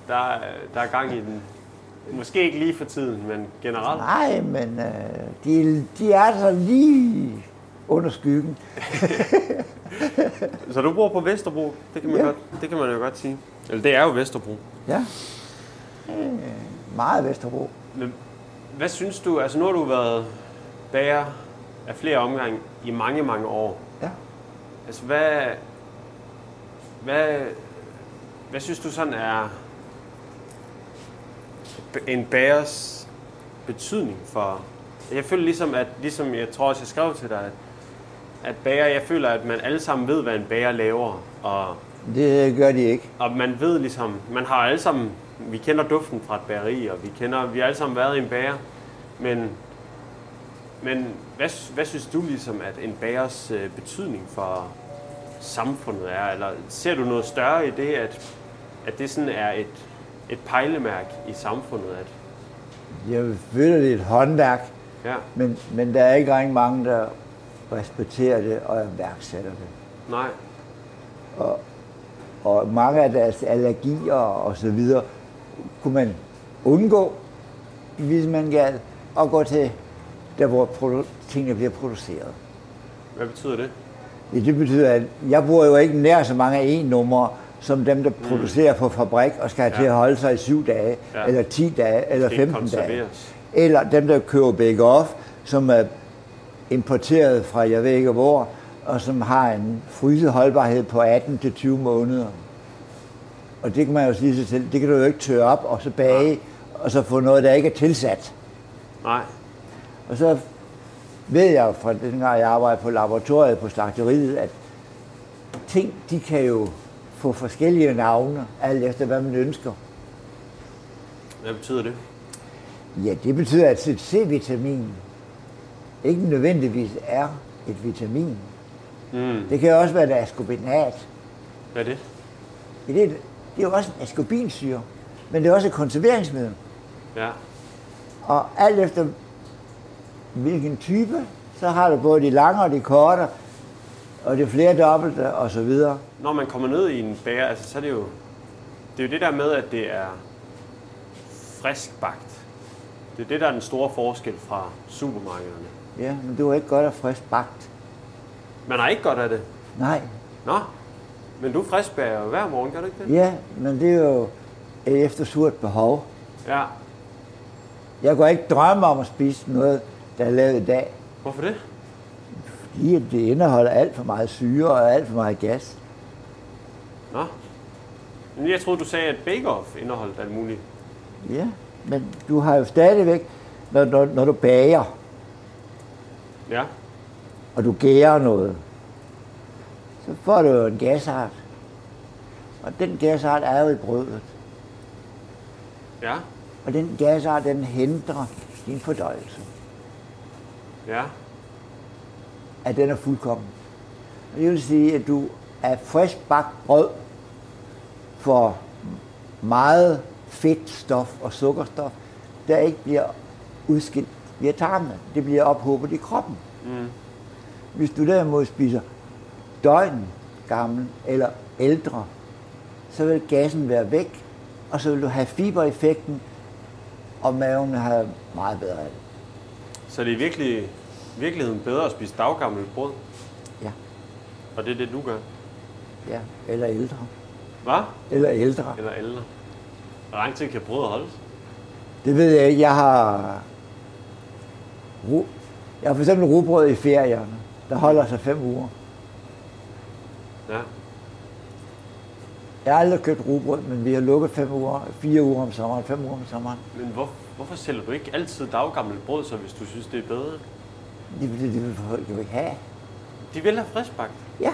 A: Der, er- der er gang i den. Måske ikke lige for tiden, men generelt.
B: Nej, men øh, de, de er så lige under skyggen.
A: Så du bor på Vesterbro, det kan man,
B: Ja.
A: godt, det kan man jo godt sige. Eller det er jo Vesterbro.
B: Ja. Øh, meget Vesterbro.
A: Men hvad synes du, altså nu har du været bager af flere omgange i mange, mange år.
B: Ja.
A: Altså, hvad, hvad, hvad synes du sådan er en bagers betydning for... Jeg føler ligesom, at ligesom jeg tror også, jeg skrev til dig, at at bager, jeg føler, at man alle sammen ved, hvad en bager laver, og,
B: Det gør de ikke.
A: og man ved ligesom, man har alle sammen, vi kender duften fra et bageri, og vi kender, vi har alle sammen været i en bager, men, men hvad, sy- hvad synes du ligesom, at en bagers øh, betydning for samfundet er, eller ser du noget større i det, at, at det sådan er et, et pejlemærk i samfundet, at
B: Jeg føler, det er et håndværk,
A: ja,
B: men, men der er ikke rigtig mange, der respekterer det og værksætter det.
A: nej,
B: og mange af deres allergier og så videre, kunne man undgå, hvis man galt, og gå til der, hvor produ- tingene bliver produceret.
A: hvad betyder det?
B: Ja, det betyder, at jeg bruger jo ikke nær så mange E-numre, som dem, der producerer på fabrik og skal have til
A: Mm. Ja.
B: at holde sig i 7 dage,
A: Ja.
B: ja. eller 10 dage, eller
A: skal ikke
B: 15 dage.
A: konserveres.
B: Eller dem, der køber Bake Off, som er importeret fra jeg ved ikke hvor, og som har en fryseholdbarhed på 18-20 måneder. Og det kan man jo sige sig selv, det kan du jo ikke tørre op og så bage, og så få noget, der ikke er tilsat.
A: Nej,
B: Og så ved jeg jo fra dengang, jeg arbejdede på laboratoriet på slagteriet, at ting, de kan jo få forskellige navne, alt efter hvad man ønsker.
A: hvad betyder det?
B: Ja, det betyder, at et C-vitamin ikke nødvendigvis er et vitamin.
A: Mm.
B: Det kan også være et ascorbinat.
A: Hvad er det?
B: Ja, Det er, det er jo også en ascorbinsyre, men det er også et konserveringsmiddel.
A: Ja.
B: Og alt efter hvilken type, så har du både de lange og de korte, og det flere dobbelte og så videre.
A: når man kommer ned i en bager, altså, så er det jo det, er jo det der med, at det er friskbagt. Det er det, der er den store forskel fra supermarkederne.
B: Ja, men det var ikke godt at frisk bagt.
A: Man har ikke godt af det.
B: Nej,
A: Nå, men du friskbager jo hver morgen, gør du ikke det?
B: ja, men det er jo et eftersurt behov.
A: Ja.
B: Jeg går ikke drømme om at spise noget, der er lavet i dag,
A: Hvorfor det?
B: fordi at det indeholder alt for meget syre og alt for meget gas.
A: Nå. Men jeg troede, du sagde, at Bake Off indeholdt alt muligt.
B: Ja, men du har jo stadigvæk, når, når, når du bager,
A: Ja.
B: og du gærer noget, så får du jo en gasart. Og den gasart er jo i brødet.
A: Ja.
B: Og den gasart, den hindrer din fordøjelse.
A: Ja.
B: At den er fuldkommen. Og det vil sige, at du er frisk bagt brød for meget fedtstof og sukkerstof, der ikke bliver udskilt via tarmene. Det bliver ophobet i kroppen.
A: Mm.
B: Hvis du derimod spiser døgn gammel eller ældre, så vil gassen være væk, og så vil du have fibereffekten, og maven vil have meget bedre af det.
A: Så det er virkelig, i virkeligheden bedre at spise daggammelt brød,
B: Ja,
A: og det er det, du gør.
B: ja. Eller ældre.
A: Hvad?
B: Eller ældre.
A: Eller ældre. Hvor lang tid kan brødet holdes?
B: Det ved jeg ikke. Jeg har... Ru... Jeg har for eksempel rugbrød i ferierne, der holder sig fem uger.
A: Ja.
B: Jeg har aldrig købt rugbrød, men vi har lukket fem uger, fire uger om sommeren, fem uger om sommeren.
A: Men hvor, hvorfor sælger du ikke altid daggammelt brød, så hvis du synes, det er bedre?
B: Det, det, det vil folk jo ikke have.
A: De vil have friskbagt.
B: Ja.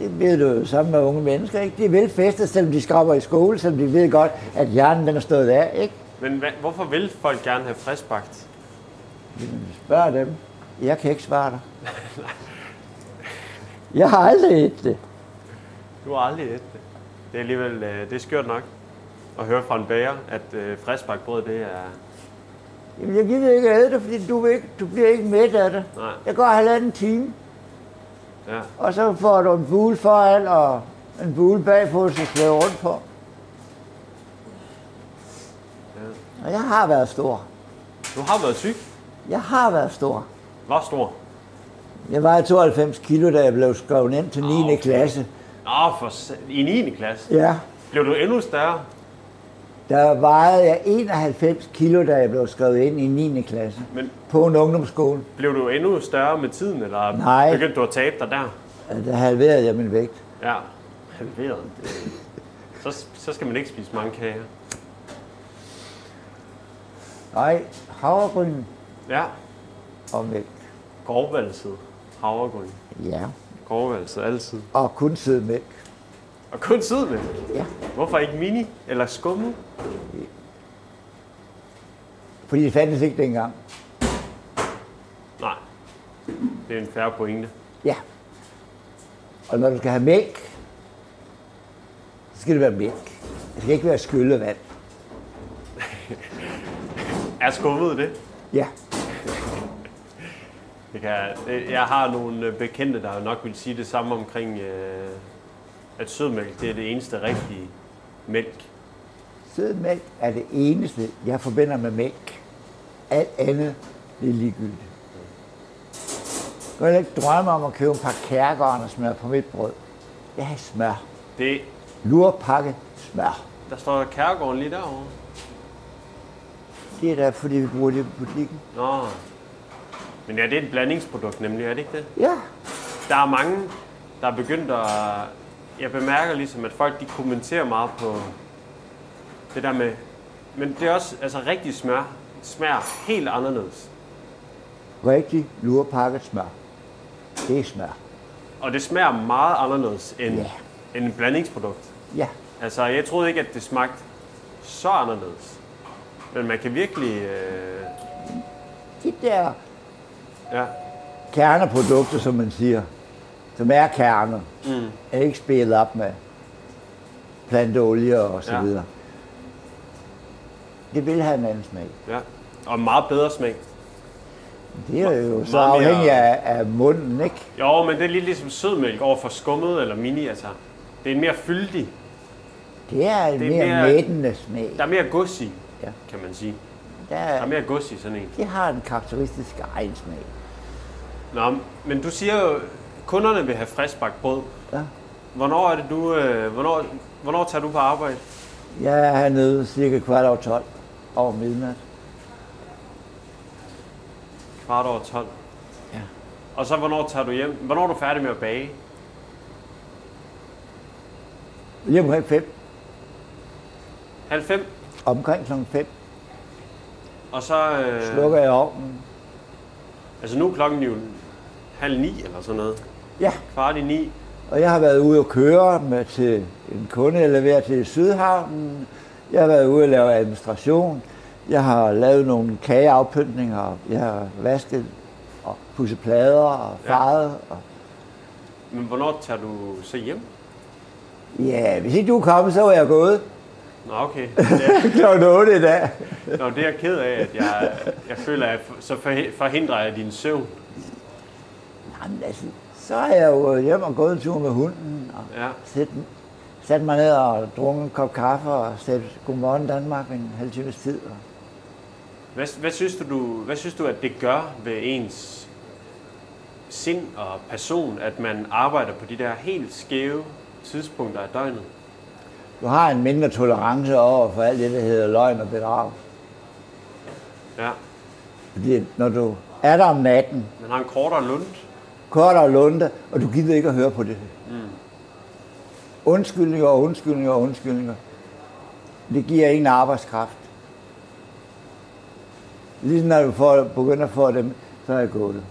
B: Det ved du jo sammen med unge mennesker, ikke? De vil feste, selvom de skraber i skole, selvom de ved godt, at hjernen den er stået af, ikke?
A: Men hva, hvorfor vil folk gerne have friskbagt?
B: Spørg dem. Jeg kan ikke svare dig. Jeg har aldrig et øh, det.
A: Du har aldrig et det. Det er alligevel øh, det er skørt nok at høre fra en bager, at øh, friskbagt brød, det er...
B: Jamen, jeg gider ikke æde det, fordi du, vil ikke, du bliver ikke mæt af det.
A: Nej.
B: Jeg går halvanden time,
A: Ja.
B: og så får du en bule foran og en bule bagpå, så slæver rundt på.
A: ja.
B: Og jeg har været stor.
A: Du har været syg.
B: Jeg har været stor.
A: Hvor stor?
B: Jeg var 92 kilo, da jeg blev skrevet ind til 9.
A: Ah, okay.
B: klasse.
A: Nå, for sa- i 9. klasse.
B: Ja.
A: Blev du endnu større?
B: Der vejede jeg 91 kilo, da jeg blev skrevet ind i 9. klasse.
A: Men
B: På en ungdomsskole.
A: blev du endnu større med tiden, eller
B: Nej.
A: begyndte du at tabe dig der?
B: Øh, Der halverede jeg min vægt.
A: Ja, halveret. Det- Så, så skal man ikke spise mange kager.
B: Nej, havregryn.
A: Ja,
B: og mælk.
A: Grovvalset havregryn.
B: Ja.
A: Grovvalset altid.
B: Og kun sødmælk.
A: Og kun sødmælk.
B: Ja.
A: Hvorfor ikke mini eller skummet?
B: Fordi det fandtes ikke dengang.
A: Nej. Det er en færre pointe.
B: Ja. Og når du skal have mælk, så skal det være mælk. Det skal ikke være skyllevand.
A: Er skummet det?
B: Ja.
A: Det kan, øh, jeg har nogle øh, bekendte, der nok vil sige det samme omkring, øh, at sødmælk det er det eneste rigtige mælk.
B: Sødmælk er det eneste, jeg forbinder med mælk. Alt andet det er ligegyldigt. Jeg kan heller ikke drømme om at købe en pakke kærgården smør på mit brød. Jeg har smør.
A: Det,
B: Lurpakke smør.
A: der står Kærgården lige derovre.
B: Det er da, fordi vi bruger det i butikken.
A: Nå. Men ja, det er et blandingsprodukt nemlig, er det ikke det?
B: Ja.
A: Der er mange, der er begyndt at... Jeg bemærker ligesom, at folk de kommenterer meget på det der med... Men det er også, altså rigtig smør smager helt anderledes.
B: Rigtig lurpakket smør. Det er smør.
A: Og det smager meget anderledes end,
B: Ja.
A: end et blandingsprodukt.
B: Ja.
A: Altså, jeg troede ikke, at det smagte så anderledes. Men man kan virkelig... Øh,
B: De der
A: ja,
B: kerneprodukter, som man siger, som er kerner, mm. er ikke spillet op med planteolie og så
A: Ja.
B: ja. videre. Det vil have en anden smag.
A: ja. Og meget bedre smag.
B: Det er jo så
A: meget mere-
B: afhængig af, af munden, ikke?
A: Jo, men det er lidt ligesom sødmælk over for skummet eller mini, altså. Det er en mere fyldig.
B: Det er en
A: Det
B: det
A: er
B: mere,
A: mere-
B: mere mættende smag.
A: Der er mere gods i,
B: Ja.
A: kan man sige. Der er
B: Der,
A: mere gods i sådan en.
B: det har en karakteristisk egen smag.
A: Nå, men du siger jo, kunderne vil have friskbagt brød.
B: Ja.
A: Hvornår, er det, du, øh, hvornår, hvornår tager du på arbejde?
B: Jeg er hernede cirka kvart over 12 over midnat.
A: Kvart over 12.
B: Ja.
A: Og så hvornår tager du hjem? Hvornår er du færdig med at bage?
B: Lige omkring 5.
A: Halv fem?
B: Omkring kl. 5
A: Og så... Øh,
B: slukker jeg ovnen.
A: Altså nu er klokken jo halv ni eller sådan noget.
B: Ja,
A: Kvart i ni.
B: Og jeg har været ude og køre med til en kunde, jeg leverer til Sydhavnen. Jeg har været ude og lave administration. Jeg har lavet nogle kageafpyntninger. Jeg har vasket og pudset plader og
A: Ja.
B: farvet. Og...
A: Men hvornår tager du så hjem?
B: Ja, hvis ikke du er kommet, så var jeg gået
A: Nå, okay. Ja.
B: klokken 8 i dag.
A: Nå, det er jeg ked af, at jeg, jeg føler, at jeg- så forhi- forhindrer jeg din søvn.
B: Jamen, altså, så er jeg jo hjem og gået en tur med hunden. Og
A: Ja.
B: sat, sat mig ned og drukket en kop kaffe og sat godmorgen Danmark en halv times tid. Og...
A: Hvad, hvad, synes du, du, hvad synes du, at det gør ved ens sind og person, at man arbejder på de der helt skæve tidspunkter af døgnet?
B: Du har en mindre tolerance over for alt det, der hedder løgn og bedrag.
A: Ja.
B: Fordi når du er der om natten,
A: Man har en kortere lund.
B: kort og lunde, og du gider ikke at høre på det. Mm. Undskyldninger og undskyldninger og undskyldninger. Det giver ingen arbejdskraft. Lige når du får, begynder at få dem, så er jeg gået.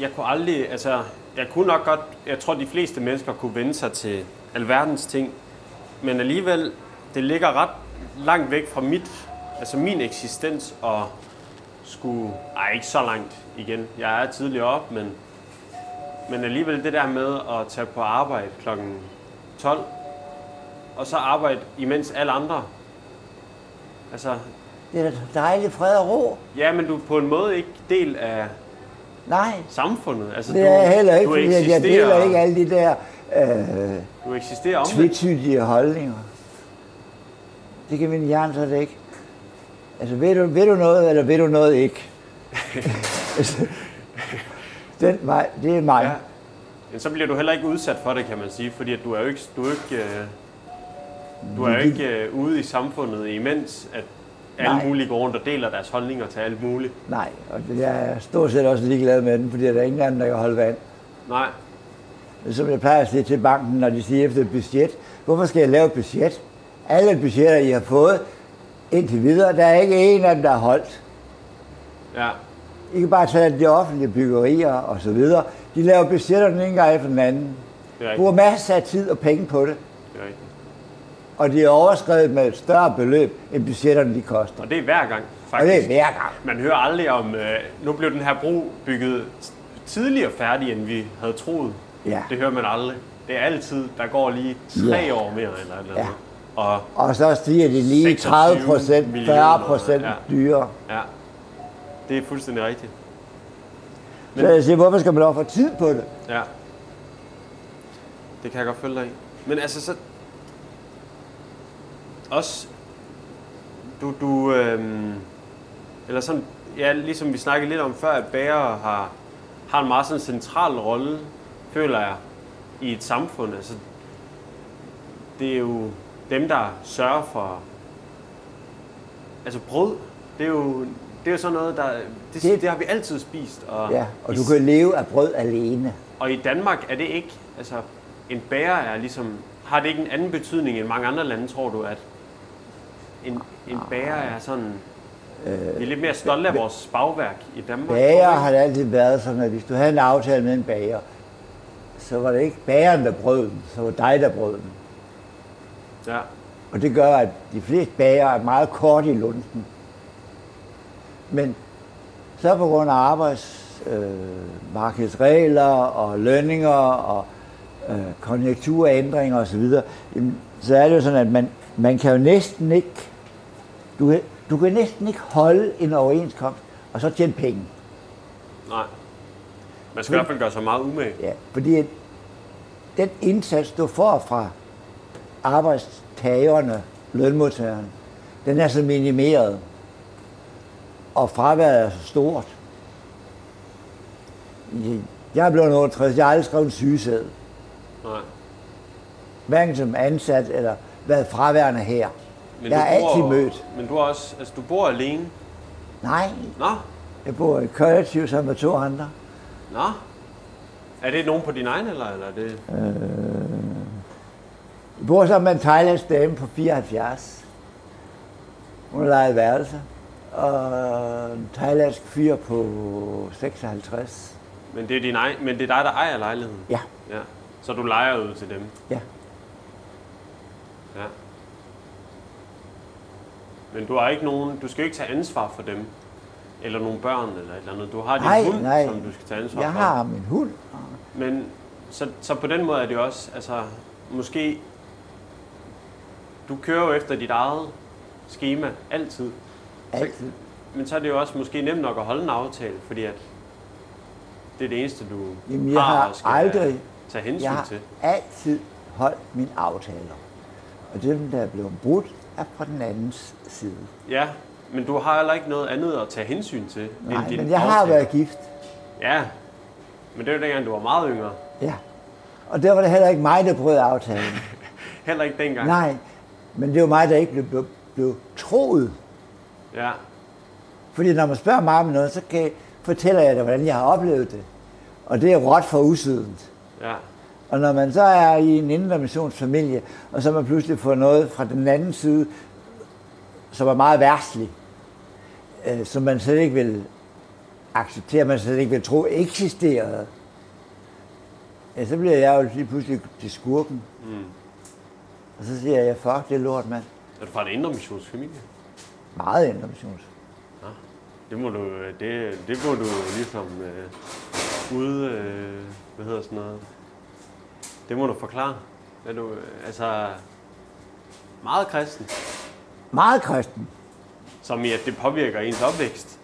A: Jeg kunne aldrig, altså, jeg kunne nok godt, jeg tror de fleste mennesker kunne vende sig til alverdens ting, men alligevel, det ligger ret langt væk fra mit, altså min eksistens og skulle, ej ikke så langt igen, jeg er tidligere op, men, men alligevel det der med at tage på arbejde kl. 12, og så arbejde imens alle andre, altså,
B: Det er da dejligt fred og ro.
A: ja, men du er på en måde ikke del af
B: Nej,
A: samfundet. Altså,
B: det er jeg heller ikke,
A: du
B: fordi jeg- jeg
A: eksisterer-
B: deler ikke alle de der øh,
A: Du eksisterer om
B: tvetydige holdninger. Det kan min hjerne så ikke. Altså, ved du, ved du noget, eller ved du noget ikke? Altså, Den vej, det er mig.
A: Ja. Men så bliver du heller ikke udsat for det, kan man sige, fordi at du er jo ikke, du er jo ikke, øh, du er jo ikke øh, ude i samfundet imens, at alle
B: Nej.
A: mulige går rundt og deler deres holdninger til alt muligt.
B: Nej, og jeg er stort set også ligeglad med den, fordi der er ingen anden, der kan holde vand.
A: Nej,
B: Men Som jeg plejer at sige til banken, når de siger efter et budget, hvorfor skal jeg lave et budget? Alle budgetter, I har fået indtil videre, der er ikke en af dem, der er holdt.
A: ja.
B: Ikke bare tage alle de offentlige byggerier og så videre. De laver budgetter den ene gang efter den anden.
A: Det er
B: Bruger
A: rigtigt.
B: masser af tid og penge på det.
A: Det er rigtigt.
B: Og de er overskrevet med et større beløb, end budgetterne de koster.
A: Og det er hver gang,
B: Og det er
A: faktisk.
B: hver gang.
A: Man hører aldrig om, øh, nu blev den her bro bygget t- tidligere færdig, end vi havde troet.
B: Ja.
A: Det hører man aldrig. Det er altid, der går lige tre
B: Ja.
A: år mere eller et eller andet.
B: Ja.
A: Og
B: Og så stiger de lige 30 procent,
A: 26
B: 40 procent
A: millioner,
B: dyrere.
A: ja, det er fuldstændig rigtigt. Men-
B: Så jeg siger, hvorfor skal man ofre tid på det?
A: Ja. Det kan jeg godt følge dig i. Men altså så... Også... Du... du øhm, eller sådan... Ja, ligesom vi snakkede lidt om før, at bærer har, har en meget sådan central rolle, føler jeg, i et samfund. Altså, det er jo dem, der sørger for... Altså brød, det er jo, det er jo sådan noget, der... Det, det,
B: Det-
A: det har vi altid spist. Og,
B: Ja, og du
A: is-
B: kan leve af brød alene.
A: og i Danmark er det ikke, altså en bager er ligesom, har det ikke en anden betydning end mange andre lande, tror du, at en, en
B: Ah.
A: bager er sådan, øh, vi er lidt mere stolte af vores bagværk i Danmark.
B: Bager
A: tror du
B: har
A: ikke?
B: det altid været sådan, at hvis du havde en aftale med en bager, så var det ikke bageren, der brød den, så var det dig, der brød den.
A: Ja,
B: Og det gør, at de fleste bager er meget kort i lunten. Men så på grund af arbejdsmarkedsregler øh, og lønninger og øh, konjunkturændringer osv., jamen, så er det jo sådan, at man, man kan jo næsten ikke, du, kan- du kan næsten ikke holde en overenskomst og så tjene penge.
A: nej. Man skal i hvert fald gøre sig meget umage.
B: Ja, fordi at den indsats, du får fra arbejdstagerne, lønmodtagerne, den er så minimeret, og fraværet er så stort. Jeg er blevet 68, jeg har aldrig skrevet en sygesæde,
A: Nej.
B: hverken som ansat eller været fraværende her. jeg
A: du
B: er altid
A: bor-
B: mødt.
A: Men du, er også, altså, du bor alene.
B: Nej,
A: Nå,
B: jeg bor i et kollektiv sammen med to andre.
A: nå. Er det nogen på din egen, eller, eller er det...
B: Jeg bor sammen med en thailandsk dame på 74. Hun har lejet værelse. Og en thailandsk fyr på 56.
A: Men det er, din egen, men det er dig, der ejer lejligheden.
B: Ja,
A: Ja. Så du lejer ud til dem.
B: ja.
A: Ja. Men du har ikke nogen, du skal jo ikke tage ansvar for dem, eller nogle børn, eller et eller andet. Du har din
B: Nej,
A: hund,
B: nej.
A: som du skal tage ansvar
B: Jeg
A: for.
B: har min hund.
A: Men så, så på den måde er det jo også, altså måske, du kører jo efter dit eget schema, altid.
B: Altid.
A: Men så er det jo også måske nemt nok at holde en aftale, fordi at det er det eneste, du
B: Jamen, jeg har
A: og skal
B: aldrig-
A: tage hensyn
B: Jeg har
A: til.
B: altid holdt mine aftaler. Og dem, der er blevet brudt, er fra den andens side.
A: Ja, men du har heller ikke noget andet at tage hensyn til. end
B: Nej,
A: din
B: men jeg har
A: aftale.
B: været gift.
A: Ja, men det var dengang, du var meget yngre.
B: Ja. Og der var det heller ikke mig, der brød aftalen.
A: Heller ikke dengang.
B: Nej, men det var mig, der ikke blev, blev, blev troet.
A: Ja,
B: Fordi når man spørger mig om noget, så kan, fortæller jeg dig, hvordan jeg har oplevet det. Og det er råt for usident.
A: ja,
B: Og når man så er i en indremissions-familie, og så man pludselig får noget fra den anden side, som er meget værstlig, øh, som man slet ikke vil acceptere, man slet ikke vil tro eksisterede, ja, så bliver jeg jo lige pludselig til skurken. Mm. Og så siger jeg, fuck, det er lort, mand.
A: er du fra en indre missionsfamilie?
B: Meget indremissions.
A: Det må du, øh, det, det må du ligesom øh, ude, øh, hvad hedder sådan noget, det må du forklare. Er du, øh, altså, meget kristen,
B: Meget kristen.
A: som i at det påvirker ens opvækst.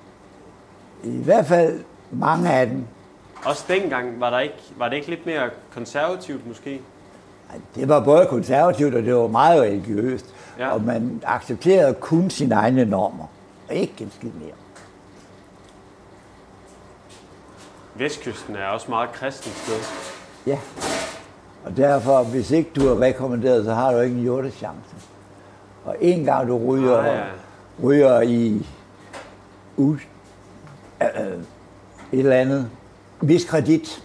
B: I hvert fald mange af dem.
A: Også dengang var, der ikke, var det ikke lidt mere konservativt måske?
B: Det var både konservativt, og det var meget religiøst.
A: Ja.
B: Ja. Og man accepterede kun sine egne normer. Og ikke en skid mere.
A: Vestkysten er også meget kristent sted.
B: Ja. Og derfor, hvis ikke du er rekommenderet, så har du ikke en jordeschance. Og en gang du ryger,
A: Ah, ja.
B: ryger i u, øh, et eller andet vis kredit,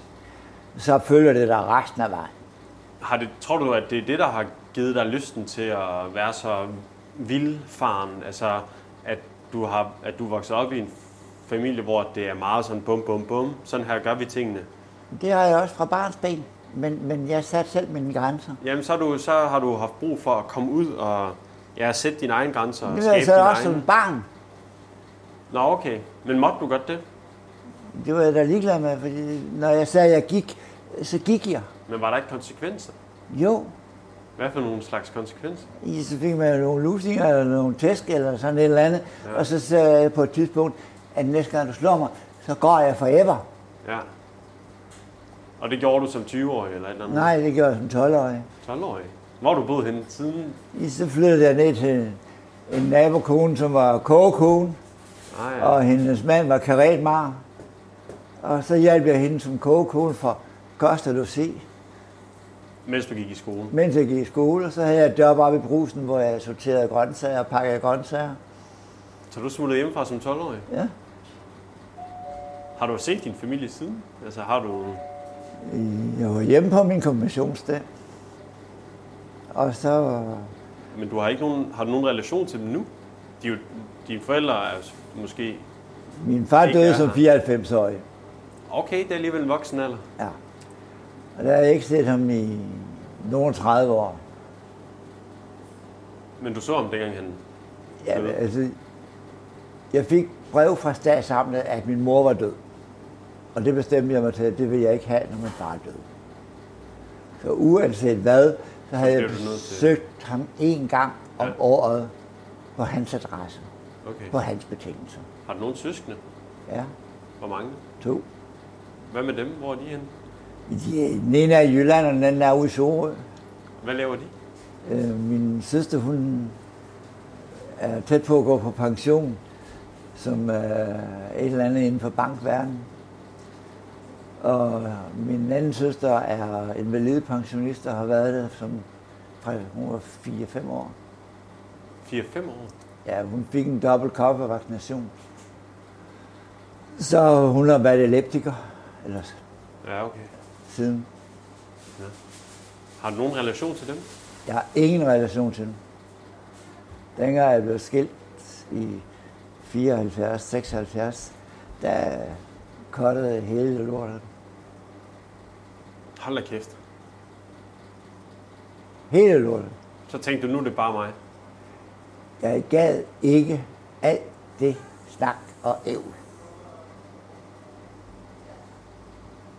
B: så følger det dig resten af vejen.
A: Har det, tror du, at det er det, der har givet dig lysten til at være så vildfaren? Altså, at du, har, at du voksede op i en familie, hvor det er meget sådan bum, bum, bum. Sådan her gør vi tingene.
B: Det har jeg også fra barns ben, men, men jeg satte selv mine grænser.
A: Jamen, så, er du, så har du haft brug for at komme ud og ja, sætte dine egne grænser og
B: Det var
A: skabe
B: jeg
A: dine
B: så også som
A: egne.
B: barn.
A: Nå, okay. Men måtte du godt det?
B: Det var jeg da ligeglad med, fordi når jeg sagde, at jeg gik, så gik jeg.
A: Men var der ikke konsekvenser?
B: Jo,
A: Hvad for nogle slags konsekvenser?
B: I- så fik man jo nogle lusinger eller nogle tæsk eller sådan et eller andet. Ja. Og så sagde jeg på et tidspunkt, at næste gang du slår mig, så går jeg forever.
A: Ja. Og det gjorde du som 20-årig eller et eller andet?
B: Nej, det gjorde jeg som 12-årig.
A: 12-årig? Hvor har du boet henne siden?
B: I- Så flyttede jeg ned til en nabokone, som var kogekone,
A: Ah, ja.
B: og hendes mand var karetmar. Og så hjalp jeg hende som kogekone for Costa Lucia.
A: Mens du gik i skole?
B: Mens jeg gik i skole, så havde jeg et job oppe i brusen, hvor jeg sorterede grøntsager og pakkede grøntsager.
A: Så du smuttede hjemmefra som 12-årig?
B: Ja.
A: Har du set din familie siden? Altså har du...
B: Jeg var hjemme på min konfirmationsdag. Og så...
A: Men du har ikke nogen... Har du nogen relation til dem nu? De, er jo- dine forældre er jo s- måske...
B: Min far
A: Ikke er
B: døde som
A: her.
B: 94-årig.
A: Okay, det er alligevel en voksen alder.
B: Ja. Og der har jeg ikke set ham i nogen 30 år.
A: Men du så ham dengang han...
B: Jeg,
A: Døde.
B: altså, jeg fik brev fra statsamlet, at min mor var død. Og det bestemte jeg mig til, at det ville jeg ikke have, når min far døde. Så uanset hvad, så havde jeg
A: blev du nødt til-
B: besøgt ham én gang om
A: Ja.
B: året på hans adresse,
A: Okay.
B: på hans betingelser.
A: Har du nogen søskende?
B: Ja,
A: Hvor mange?
B: to.
A: Hvad med dem? Hvor er de henne?
B: De- Den ene er i Jylland, og den anden er ude i Sorø.
A: Hvad laver de?
B: Øh, Min søster, hun er tæt på at gå på pension, som øh, et eller andet inden for bankverdenen. Og min anden søster er invalidepensionist og har været det som fra hun var 4-5 år.
A: 4-5 år?
B: Ja, hun fik en dobbelt koppervaccination. Så hun har været elektriker eller
A: Ja, okay.
B: siden.
A: Har du nogen relation til dem?
B: Jeg har ingen relation til dem. Dengang jeg blev skilt i 74-76, der kottede hele lortet.
A: Hold da kæft.
B: Hele lortet.
A: Så tænkte du, nu er det bare mig.
B: Jeg gad ikke alt det snak og ævl.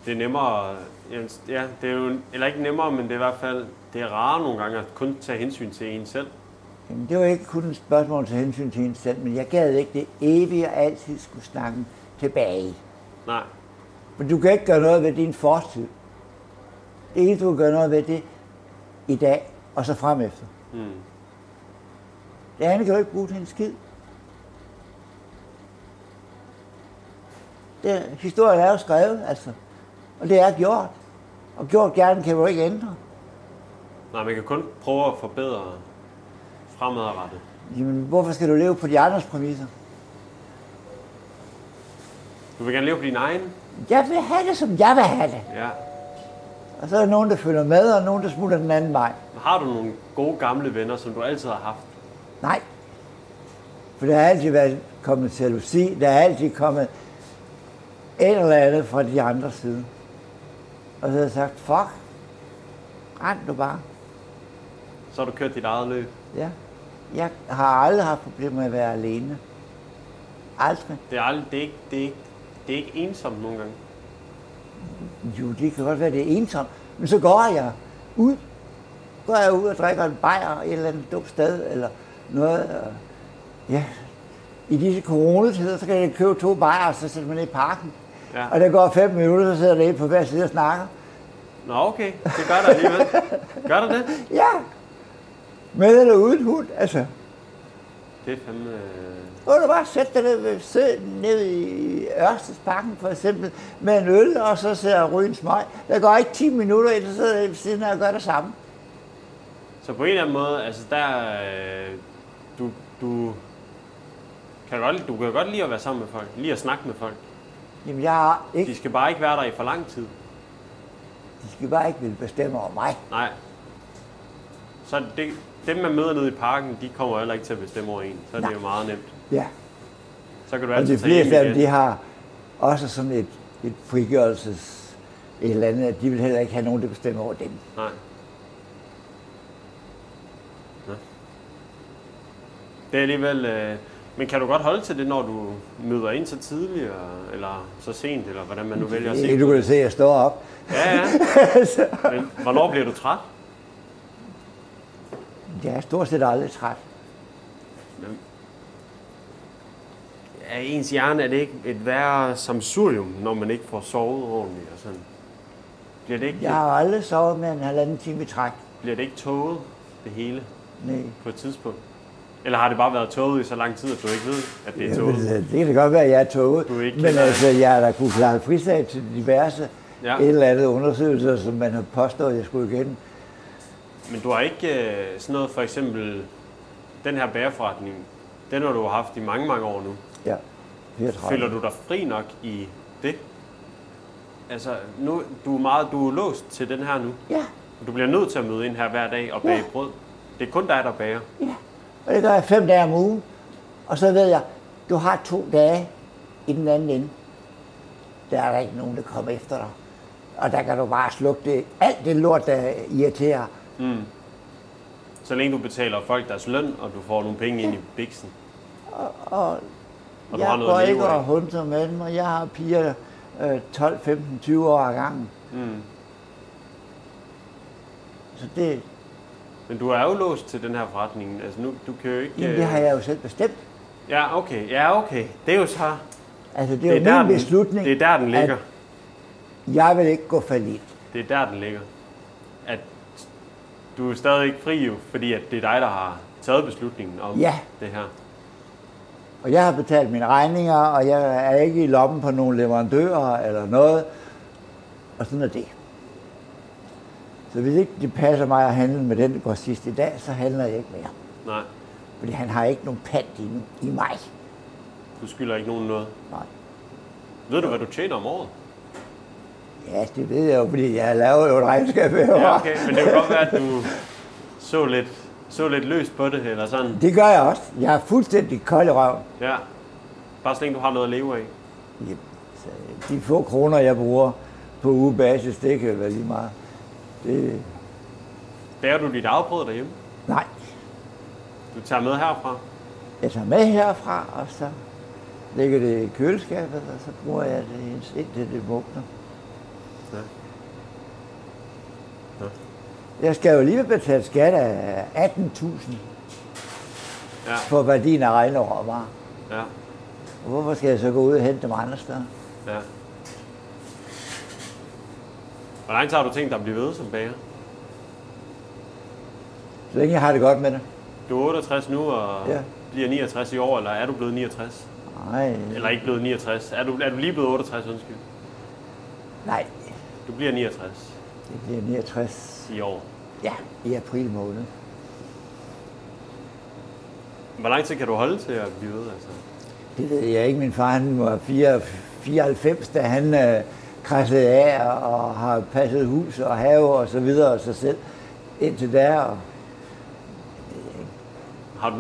A: Det er nemmere, jamen, ja, det er jo, eller ikke nemmere, men det er i hvert fald, det er rarere nogle gange at kun tage hensyn til en selv.
B: Jamen, det var ikke kun et spørgsmål til hensyn til hende selv, men jeg gad ikke det evige og altid skulle snakke tilbage.
A: Nej,
B: For du kan ikke gøre noget ved din fortid. Det eneste, du kan gøre noget ved, det er i dag og så fremefter. Mm. Det andet kan du ikke bruge til en skid. Det, historien er jo skrevet, altså. Og det er gjort. Og gjort gerne kan du ikke ændre.
A: nej, man kan kun prøve at forbedre fremadrettet.
B: Jamen, hvorfor skal du leve på de andres præmisser?
A: Du vil gerne leve på din egen?
B: Jeg vil have det, som jeg vil have det.
A: Ja.
B: Og så er der nogen, der følger med, og nogen, der smutter den anden vej.
A: Har du nogle gode gamle venner, som du altid har haft?
B: Nej. For der er altid været kommet jalousi, der er altid kommet et eller andet fra de andre side. Og så har jeg sagt, fuck, rend du bare.
A: Så har du kørt dit eget løb.
B: Ja. Jeg har aldrig haft problemer med at være alene. Aldrig.
A: Det er, aldrig, det er, ikke, det er, ikke, det er ikke ensomt nogle gange.
B: Jo, det kan godt være, det er ensomt. Men så går jeg ud. Går jeg ud og drikker en bajer et eller andet dumt sted, eller noget. og- Ja. I disse coronatider, så kan jeg købe to bajer, og så sætter man ned i parken.
A: Ja.
B: Og der går fem minutter, så sidder der en på hver side og snakker.
A: Nå, okay. Det gør der alligevel. Gør der det?
B: Ja! Med eller uden hund, altså.
A: Det er fandme... øh,
B: Nu du bare sætte dig ned, ved- sidde ned i Ørstedsparken for eksempel med en øl, og så sidder jeg og ryger en smøg. Der går ikke 10 minutter, inden så sidder jeg ved siden af og gør det samme.
A: Så på en eller anden måde, altså der... øh, Du, du, kan godt, du kan godt lide at være sammen med folk. Lige at snakke med folk.
B: Jamen, jeg har ikke
A: De skal bare ikke være der i for lang tid.
B: De skal bare ikke ville bestemme over mig.
A: Nej. Så det, dem, man møder nede i parken, de kommer heller ikke til at bestemme over en. Så er det
B: Nej.
A: jo meget nemt.
B: Ja.
A: Så kan du
B: Og
A: altid
B: de
A: tage hjem
B: fleste af dem,
A: igen.
B: de har også sådan et, et frigørelses et eller andet, at de vil heller ikke have nogen, der bestemmer over dem.
A: Nej. Nå. Det er alligevel... Øh, men kan du godt holde til det, når du møder ind så tidligt, og- eller så sent, eller hvordan man nu vælger at se
B: Du kan se, at jeg står op.
A: Ja, ja. Men hvornår bliver du træt?
B: Jeg er stort set aldrig træt.
A: Er ens hjerne, er det ikke et værre samsurium, når man ikke får sovet ordentligt og sådan? Bliver det ikke,
B: Jeg har aldrig sovet mere end en halvanden time i træk.
A: bliver det ikke tåget, det hele,
B: Nej.
A: på et tidspunkt? Eller har det bare været tåget i så lang tid, at du ikke ved, at det er
B: Jamen,
A: tåget?
B: det kan da godt være, at jeg er toget,
A: Du er ikke
B: men
A: klar.
B: altså, jeg har da kunne klare frisag til diverse
A: Ja.
B: ja. et eller andet undersøgelser, som man har påstået, at jeg skulle igennem.
A: Men du har ikke øh, sådan noget, for eksempel den her bæreforretning, den har du haft i mange, mange år nu.
B: Ja, 34.
A: Føler du dig fri nok i det? Altså, nu, du, er meget, du er låst til den her nu.
B: Ja,
A: Du bliver nødt til at møde ind her hver dag og bage brød. Det er kun dig, der bager.
B: og det gør jeg fem dage om ugen. Og så ved jeg, du har to dage i den anden ende. Der er der ikke nogen, der kommer efter dig. Og der kan du bare slukke det, alt det lort, der irriterer.
A: Så længe du betaler folk deres løn, og du får nogle penge ind i biksen.
B: Og
A: Og du har
B: jeg
A: noget
B: går
A: at leve
B: ikke
A: af.
B: og hunter med dem, og jeg har piger øh, 12, 15, 20 år ad gangen.
A: Mm.
B: Så det,
A: Men du er jo låst til den her forretning. Altså nu, du kan jo ikke... øh,
B: Jamen, det har jeg jo selv bestemt.
A: Ja, okay. Ja, okay. Det er jo så...
B: Altså, det
A: Det
B: er,
A: er,
B: jo
A: der,
B: min beslutning.
A: Den, det er der, den ligger.
B: At jeg vil ikke gå for lidt.
A: Det er der, den ligger. At du er stadig ikke fri, jo, fordi at det er dig, der har taget beslutningen om
B: Ja.
A: det her.
B: Og jeg har betalt mine regninger, og jeg er ikke i lommen på nogle leverandører eller noget. Og sådan er det. Så hvis ikke det passer mig at handle med den, der går sidst i dag, så handler jeg ikke mere.
A: Nej,
B: Fordi han har ikke nogen pant i, i mig.
A: du skylder ikke nogen noget.
B: Nej.
A: Ved du, hvad du tjener om året?
B: Ja, det ved jeg jo, fordi jeg laver jo et regnskab hver
A: Ja,
B: år.
A: okay. Men det kan godt være, at du så lidt, så lidt løst på det, eller sådan.
B: Det gør jeg også. Jeg er fuldstændig kold i røven.
A: Ja. Bare så længe du har noget at leve af.
B: Yep. Så de få kroner, jeg bruger på ugebasis, det kan jo være lige meget. Det,
A: Bærer du dit afbrød derhjemme?
B: nej,
A: Du tager med herfra?
B: jeg tager med herfra, og så lægger det i køleskabet, og så bruger jeg det indtil det vågner.
A: Ja. Ja.
B: Jeg skal jo lige betale skat af 18.000
A: Ja,
B: for værdien af regne og råvarer.
A: ja,
B: Og Hvorfor skal jeg så gå ud og hente dem andre steder?
A: ja. Hvor lang tid har du tænkt dig at blive ved som bager?
B: Så længe jeg har det godt med det.
A: Du er 68 nu og
B: Ja.
A: ja. bliver 69 i år, eller er du blevet 69?
B: Nej,
A: Eller ikke blevet 69. Er du, er du lige blevet 68, undskyld?
B: nej,
A: Du bliver 69
B: det bliver 69
A: i år.
B: ja, i april måned.
A: Hvor lang tid kan du holde til at blive ved, altså?
B: Det ved jeg ikke. Min far han var 4, 94, da han øh, krassede af og, og har passet hus og have og så videre og sig selv indtil der. Og
A: Har du,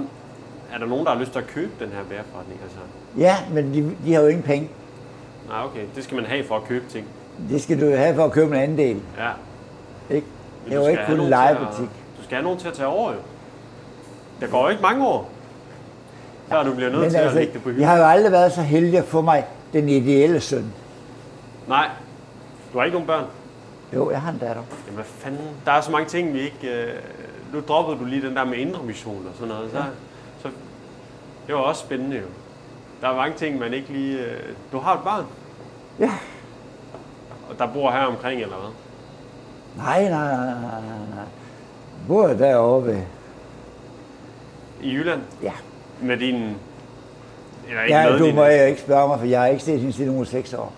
A: er der nogen, der har lyst til at købe den her bæreforretning? Altså?
B: ja, men de, de har jo ingen penge.
A: Nej, okay. Det skal man have for at købe ting.
B: Det skal du jo have for at købe en anden del.
A: Ja.
B: Ikke?
A: Men
B: Det er
A: du
B: jo
A: skal
B: ikke
A: have
B: kun en
A: nogen til
B: legebutik.
A: At, du skal have nogen til at tage over, jo. Der går jo ikke mange år. Før du bliver nødt til at lægge det på hylden.
B: altså, jeg har jo aldrig været så heldig at få mig den ideelle søn.
A: Nej, du har ikke nogen børn.
B: Jo, jeg har en datter.
A: Jamen hvad fanden, der er så mange ting, vi ikke... Øh... Nu droppede du lige den der med indre mission og sådan noget. Så, så det var også spændende jo. Der er mange ting, man ikke lige... Øh... Du har et barn,
B: Ja.
A: og der bor her omkring, eller hvad?
B: Nej, nej, nej, nej, nej, nej. Hvor er derovre ved?
A: I Jylland,
B: Ja.
A: med din... Eller ikke
B: Ja,
A: med
B: du
A: din...
B: må jo ikke spørge mig, for jeg har ikke set hende siden hun var 6 år.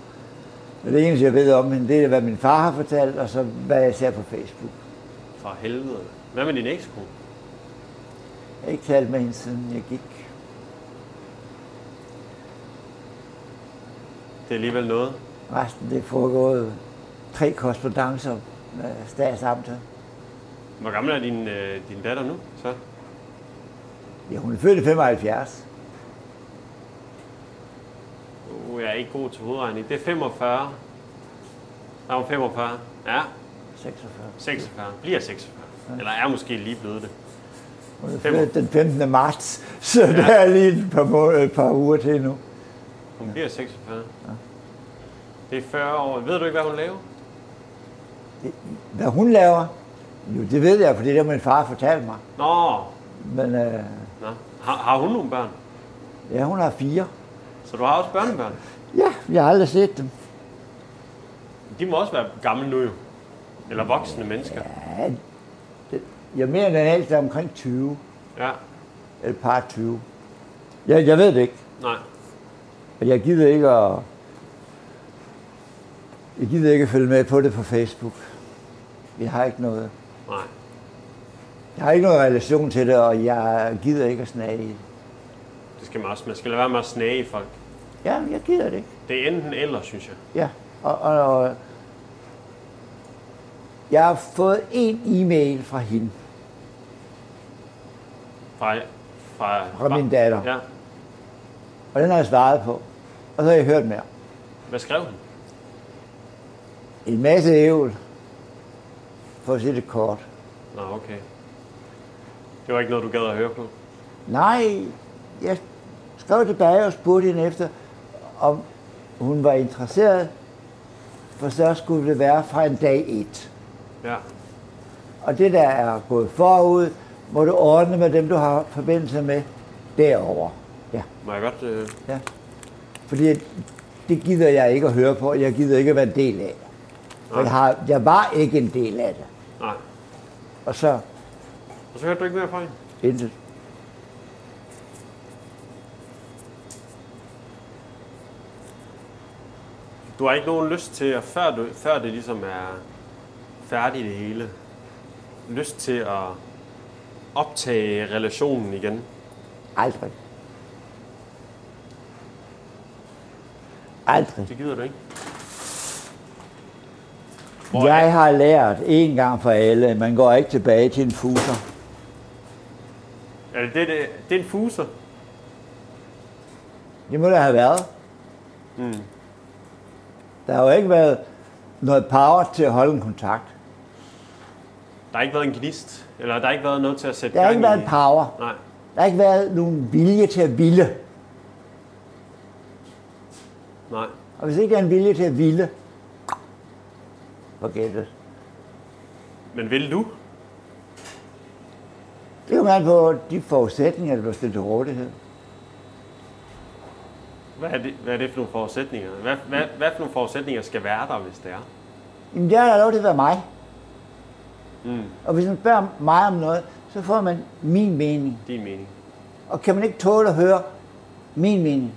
B: Og det eneste, jeg ved om hende, det er, hvad min far har fortalt, og så hvad jeg ser på Facebook.
A: For helvede. Hvad med din ekskone?
B: Jeg har ikke talt med hende, siden jeg gik.
A: Det er alligevel noget.
B: Resten, det er foregået tre korrespondancer med statsamtet.
A: Hvor gammel er din, øh, din datter nu? Så?
B: Ja, hun er født i 75.
A: uh, jeg er ikke god til hovedregning. Det er 45. Der var 45. Ja,
B: 46.
A: 46. Bliver 46. Eller er måske lige blevet det.
B: Hun er
A: Fem-
B: født den 15. marts, så ja. der er lige et par, må- et par uger til nu.
A: Hun bliver 46. Det er 40 år. Ved du ikke, hvad hun laver?
B: Hvad hun laver, jo, det ved jeg, for det er det, min far fortalte mig.
A: Nå,
B: Men øh,
A: Nå. Har, har hun nogle børn?
B: ja, hun har fire.
A: Så du har også børnebørn?
B: Ja, jeg har aldrig set dem.
A: De må også være gamle nu jo. Eller voksne mennesker.
B: Ja, det, jeg mener, den ældste er omkring 20,
A: Ja.
B: eller par 20. Jeg, jeg ved det ikke,
A: Nej.
B: og jeg gider ikke at... Jeg gider ikke at følge med på det på Facebook. Jeg har ikke noget.
A: Nej.
B: Jeg har ikke noget relation til det, og jeg gider ikke at snage i det.
A: Det skal man også. Man skal lade være med at snage i folk.
B: Ja, jeg gider det ikke.
A: Det er enten eller, synes jeg.
B: Ja, og, og, og jeg har fået en e-mail fra hende,
A: Fra, fra,
B: fra min datter,
A: Ja.
B: og den har jeg svaret på. Og så har jeg hørt mere.
A: Hvad skrev hun?
B: En masse ævl, for at sige det kort.
A: Nå, okay. Det var ikke noget, du gad at høre på.
B: Nej, jeg skrev tilbage og spurgte hende efter, om hun var interesseret, for så skulle det være fra en dag et.
A: Ja.
B: Og det, der er gået forud, må du ordne med dem, du har forbindelse med derovre. Ja.
A: Må jeg godt... Øh...
B: Ja. Fordi at det gider jeg ikke at høre på, og jeg gider ikke at være en del af. For jeg, har, jeg var ikke en del af det.
A: Nej.
B: Og så
A: Og så hørte du ikke mere fra hende?
B: intet.
A: Du har ikke nogen lyst til, at før, du, før det ligesom er færdigt det hele, lyst til at optage relationen igen.
B: Aldrig. Aldrig.
A: Det gider du ikke. Hvor er-
B: Jeg har lært en gang for alle, at man går ikke tilbage til en fuser.
A: Er det, det, det, det er en fuser?
B: Det må der have været.
A: Mm.
B: Der har jo ikke været noget power til at holde en kontakt.
A: Der har ikke været en gnist? Eller der har ikke været noget til at sætte
B: Der har
A: gang
B: ikke været
A: i?
B: en power.
A: Nej.
B: Der har ikke været nogen vilje til at ville.
A: Nej.
B: Og hvis ikke der er en vilje til at ville, forget det.
A: Men vil du?
B: Det kommer an på de forudsætninger, der bliver stillet til rådighed.
A: Hvad er det, hvad er det for nogle forudsætninger? Hvad, hvad, hvad for nogle forudsætninger skal være der, hvis det er?
B: Jamen, jeg har lov til at være mig.
A: Mm.
B: Og hvis man spørger mig om noget, så får man min mening.
A: Din mening.
B: Og kan man ikke tåle at høre min mening,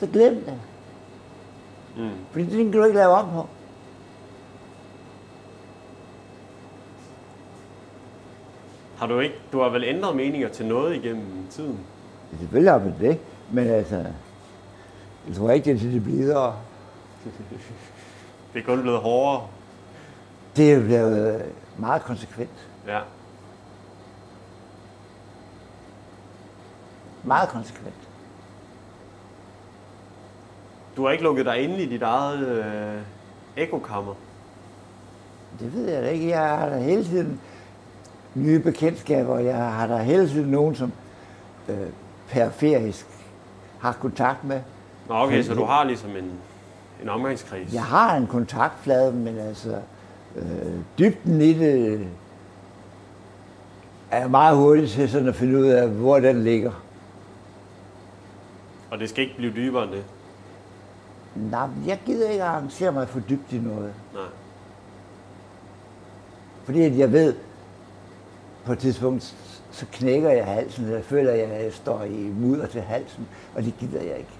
B: så glem det.
A: Mm.
B: Fordi det kan du ikke lave om på.
A: Har du ikke... Du har vel ændret meninger til noget igennem tiden?
B: Selvfølgelig har man det, men altså... Jeg tror ikke, det er til det blidere.
A: Det er kun blevet hårdere.
B: Det er blevet meget konsekvent.
A: Ja.
B: Meget konsekvent.
A: Du har ikke lukket dig inde i dit eget øh, ekokammer.
B: Det ved jeg da ikke. Jeg har da hele tiden nye bekendtskaber, og jeg har da hele tiden nogen, som øh, periferisk har kontakt med.
A: Nå, okay, så du har ligesom en, en omgangskreds.
B: Jeg har en kontaktflade, men altså øh, dybden i det er jeg meget hurtigt til sådan at finde ud af, hvor den ligger.
A: Og det skal ikke blive dybere end det. Mm.
B: Nej, men jeg gider ikke arrangere mig for dybt i noget,
A: Nej.
B: fordi at jeg ved, på et tidspunkt, så knækker jeg halsen, eller jeg føler, at jeg står i mudder til halsen, og det gider jeg ikke.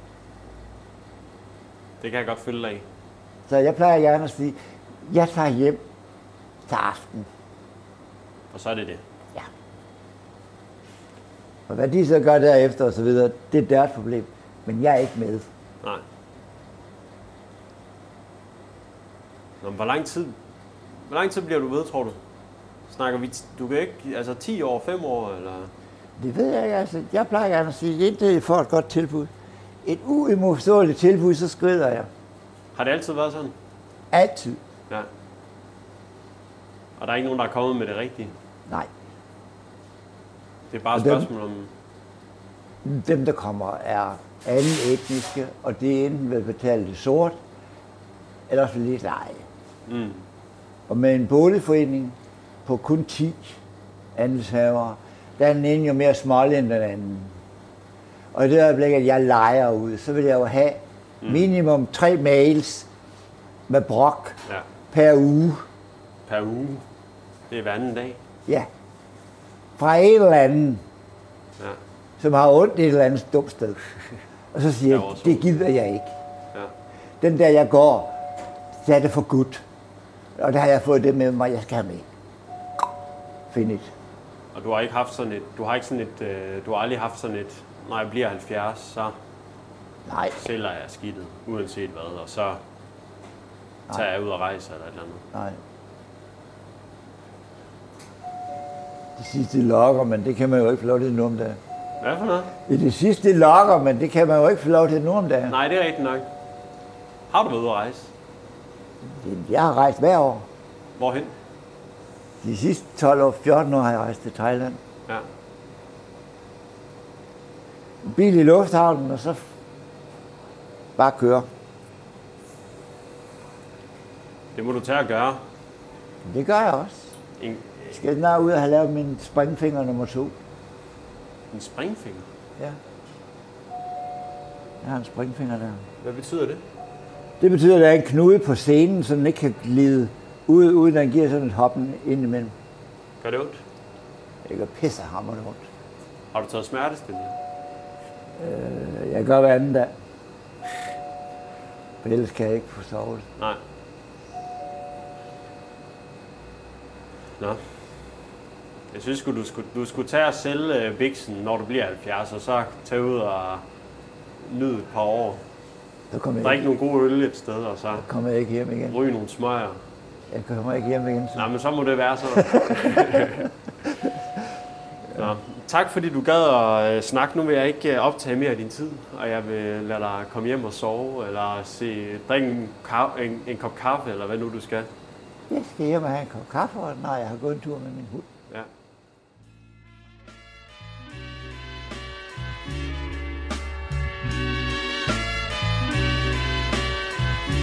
A: Det kan jeg godt følge dig i.
B: Så jeg plejer gerne at sige, jeg tager hjem til aften.
A: Og så er det det.
B: Ja. Og hvad de så gør derefter og så videre, det er deres problem. Men jeg er ikke med.
A: Nej. Nå, men hvor lang tid, hvor lang tid bliver du ved, tror du? Snakker vi, t- du kan ikke, altså 10 år, 5 år, eller?
B: Det ved jeg ikke. Altså, jeg plejer gerne at sige, indtil I får et øh, godt tilbud, et uimodståeligt tilbud, så skrider jeg.
C: Har det altid været sådan?
B: Altid.
C: Ja. Og der er ikke nogen, der er kommet med det rigtige.
B: Nej.
C: Det er bare et
B: Og dem-
C: spørgsmål om...
B: Dem, der kommer, er anden etniske, og det er enten ved betalte sort, eller for lidt leje.
C: Mm.
B: Og med en boligforening på kun 10 andelshavere, der er den ene jo mere smålig end den anden. Og i det øjeblik, at jeg leger ud, så vil jeg jo have minimum tre mails med brok
C: Ja.
B: per uge.
C: Per uge. Det er hver anden dag.
B: Ja. Fra en eller anden,
C: Ja.
B: som har ondt et eller andet dumt sted. Og så siger
C: Der er
B: jeg,
C: også
B: det
C: ondt.
B: gider jeg ikke.
C: Ja.
B: Den der, jeg går, der er det for godt. Og der har jeg fået det med mig, jeg skal have med. Finit.
C: Og du har ikke haft sådan et... Du har ikke sådan et... Øh, du har aldrig haft sådan et... Når jeg bliver 70, så
B: Nej,
C: sælger jeg skidtet, uanset hvad. Og så tager jeg ud og rejser eller et eller andet.
B: nej. Det sidste lokker, men det kan man jo ikke få lov til nu om dagen.
C: Hvad for noget?
B: I det sidste lokker, men det kan man jo ikke få lov til nu om dagen.
C: Nej, det er rigtigt nok. Har du været ude at rejse?
B: Jamen, Jeg har rejst hver år.
C: Hvorhen?
B: De sidste 12 år, 14 år har jeg rejst til Thailand.
C: Ja.
B: Bil i lufthavnen, og så bare køre.
C: Det må du tage at gøre.
B: Det gør jeg også.
C: En,
B: Jeg skal snart ud og have lavet min springfinger nummer to.
C: en springfinger?
B: Ja. Jeg har en springfinger der.
C: Hvad betyder det?
B: Det betyder, at der er en knude på scenen, så den ikke kan glide ud, uden at den giver sådan et hoppen ind imellem.
C: Gør det ondt?
B: Jeg gør pisse hammerne rundt.
C: Har du taget smertestillende?
B: Øh, Jeg gør hver anden dag. For ellers kan jeg ikke få sovet.
C: Nej. Nå. Jeg synes sgu, du skulle, du skulle tage og sælge øh, biksen, når du bliver 70, og så tage ud og nyde et par år.
B: Så kommer jeg,
C: Drik
B: ikke,
C: nogle gode øl et sted, og så
B: kommer jeg ikke hjem igen.
C: ryge nogle smøger.
B: Jeg kommer ikke hjem igen. Så.
C: Nej, men så må det være så. Nå. Tak fordi du gad at øh, snakke. Nu vil jeg ikke øh, optage mere af din tid, og jeg vil lade dig komme hjem og sove, eller se, drikke en, ka- en, en kop kaffe, eller hvad nu du skal.
B: Jeg skal hjem og have en kop kaffe, og nej, jeg har gået en tur med min hund.
C: Ja.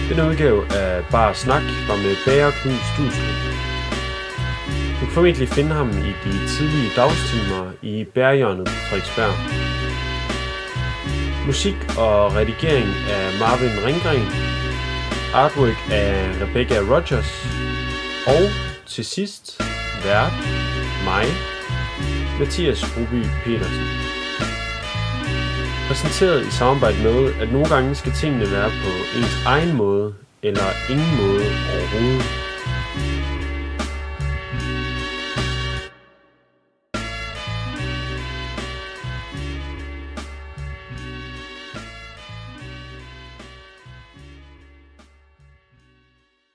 A: Den udgave af Bare Snak var med Bager Knud Stustrup. Du kan formentlig finde ham i de tidlige dagstimer i bærehjørnet på Frederiksberg. Musik og redigering af Marvin Ringgren. Artwork af Rebecca Rogers. Og til sidst, vært, mig, Mathias Ruby Petersen. Præsenteret i samarbejde med, at nogle gange skal tingene være på ens egen måde, eller ingen måde overhovedet.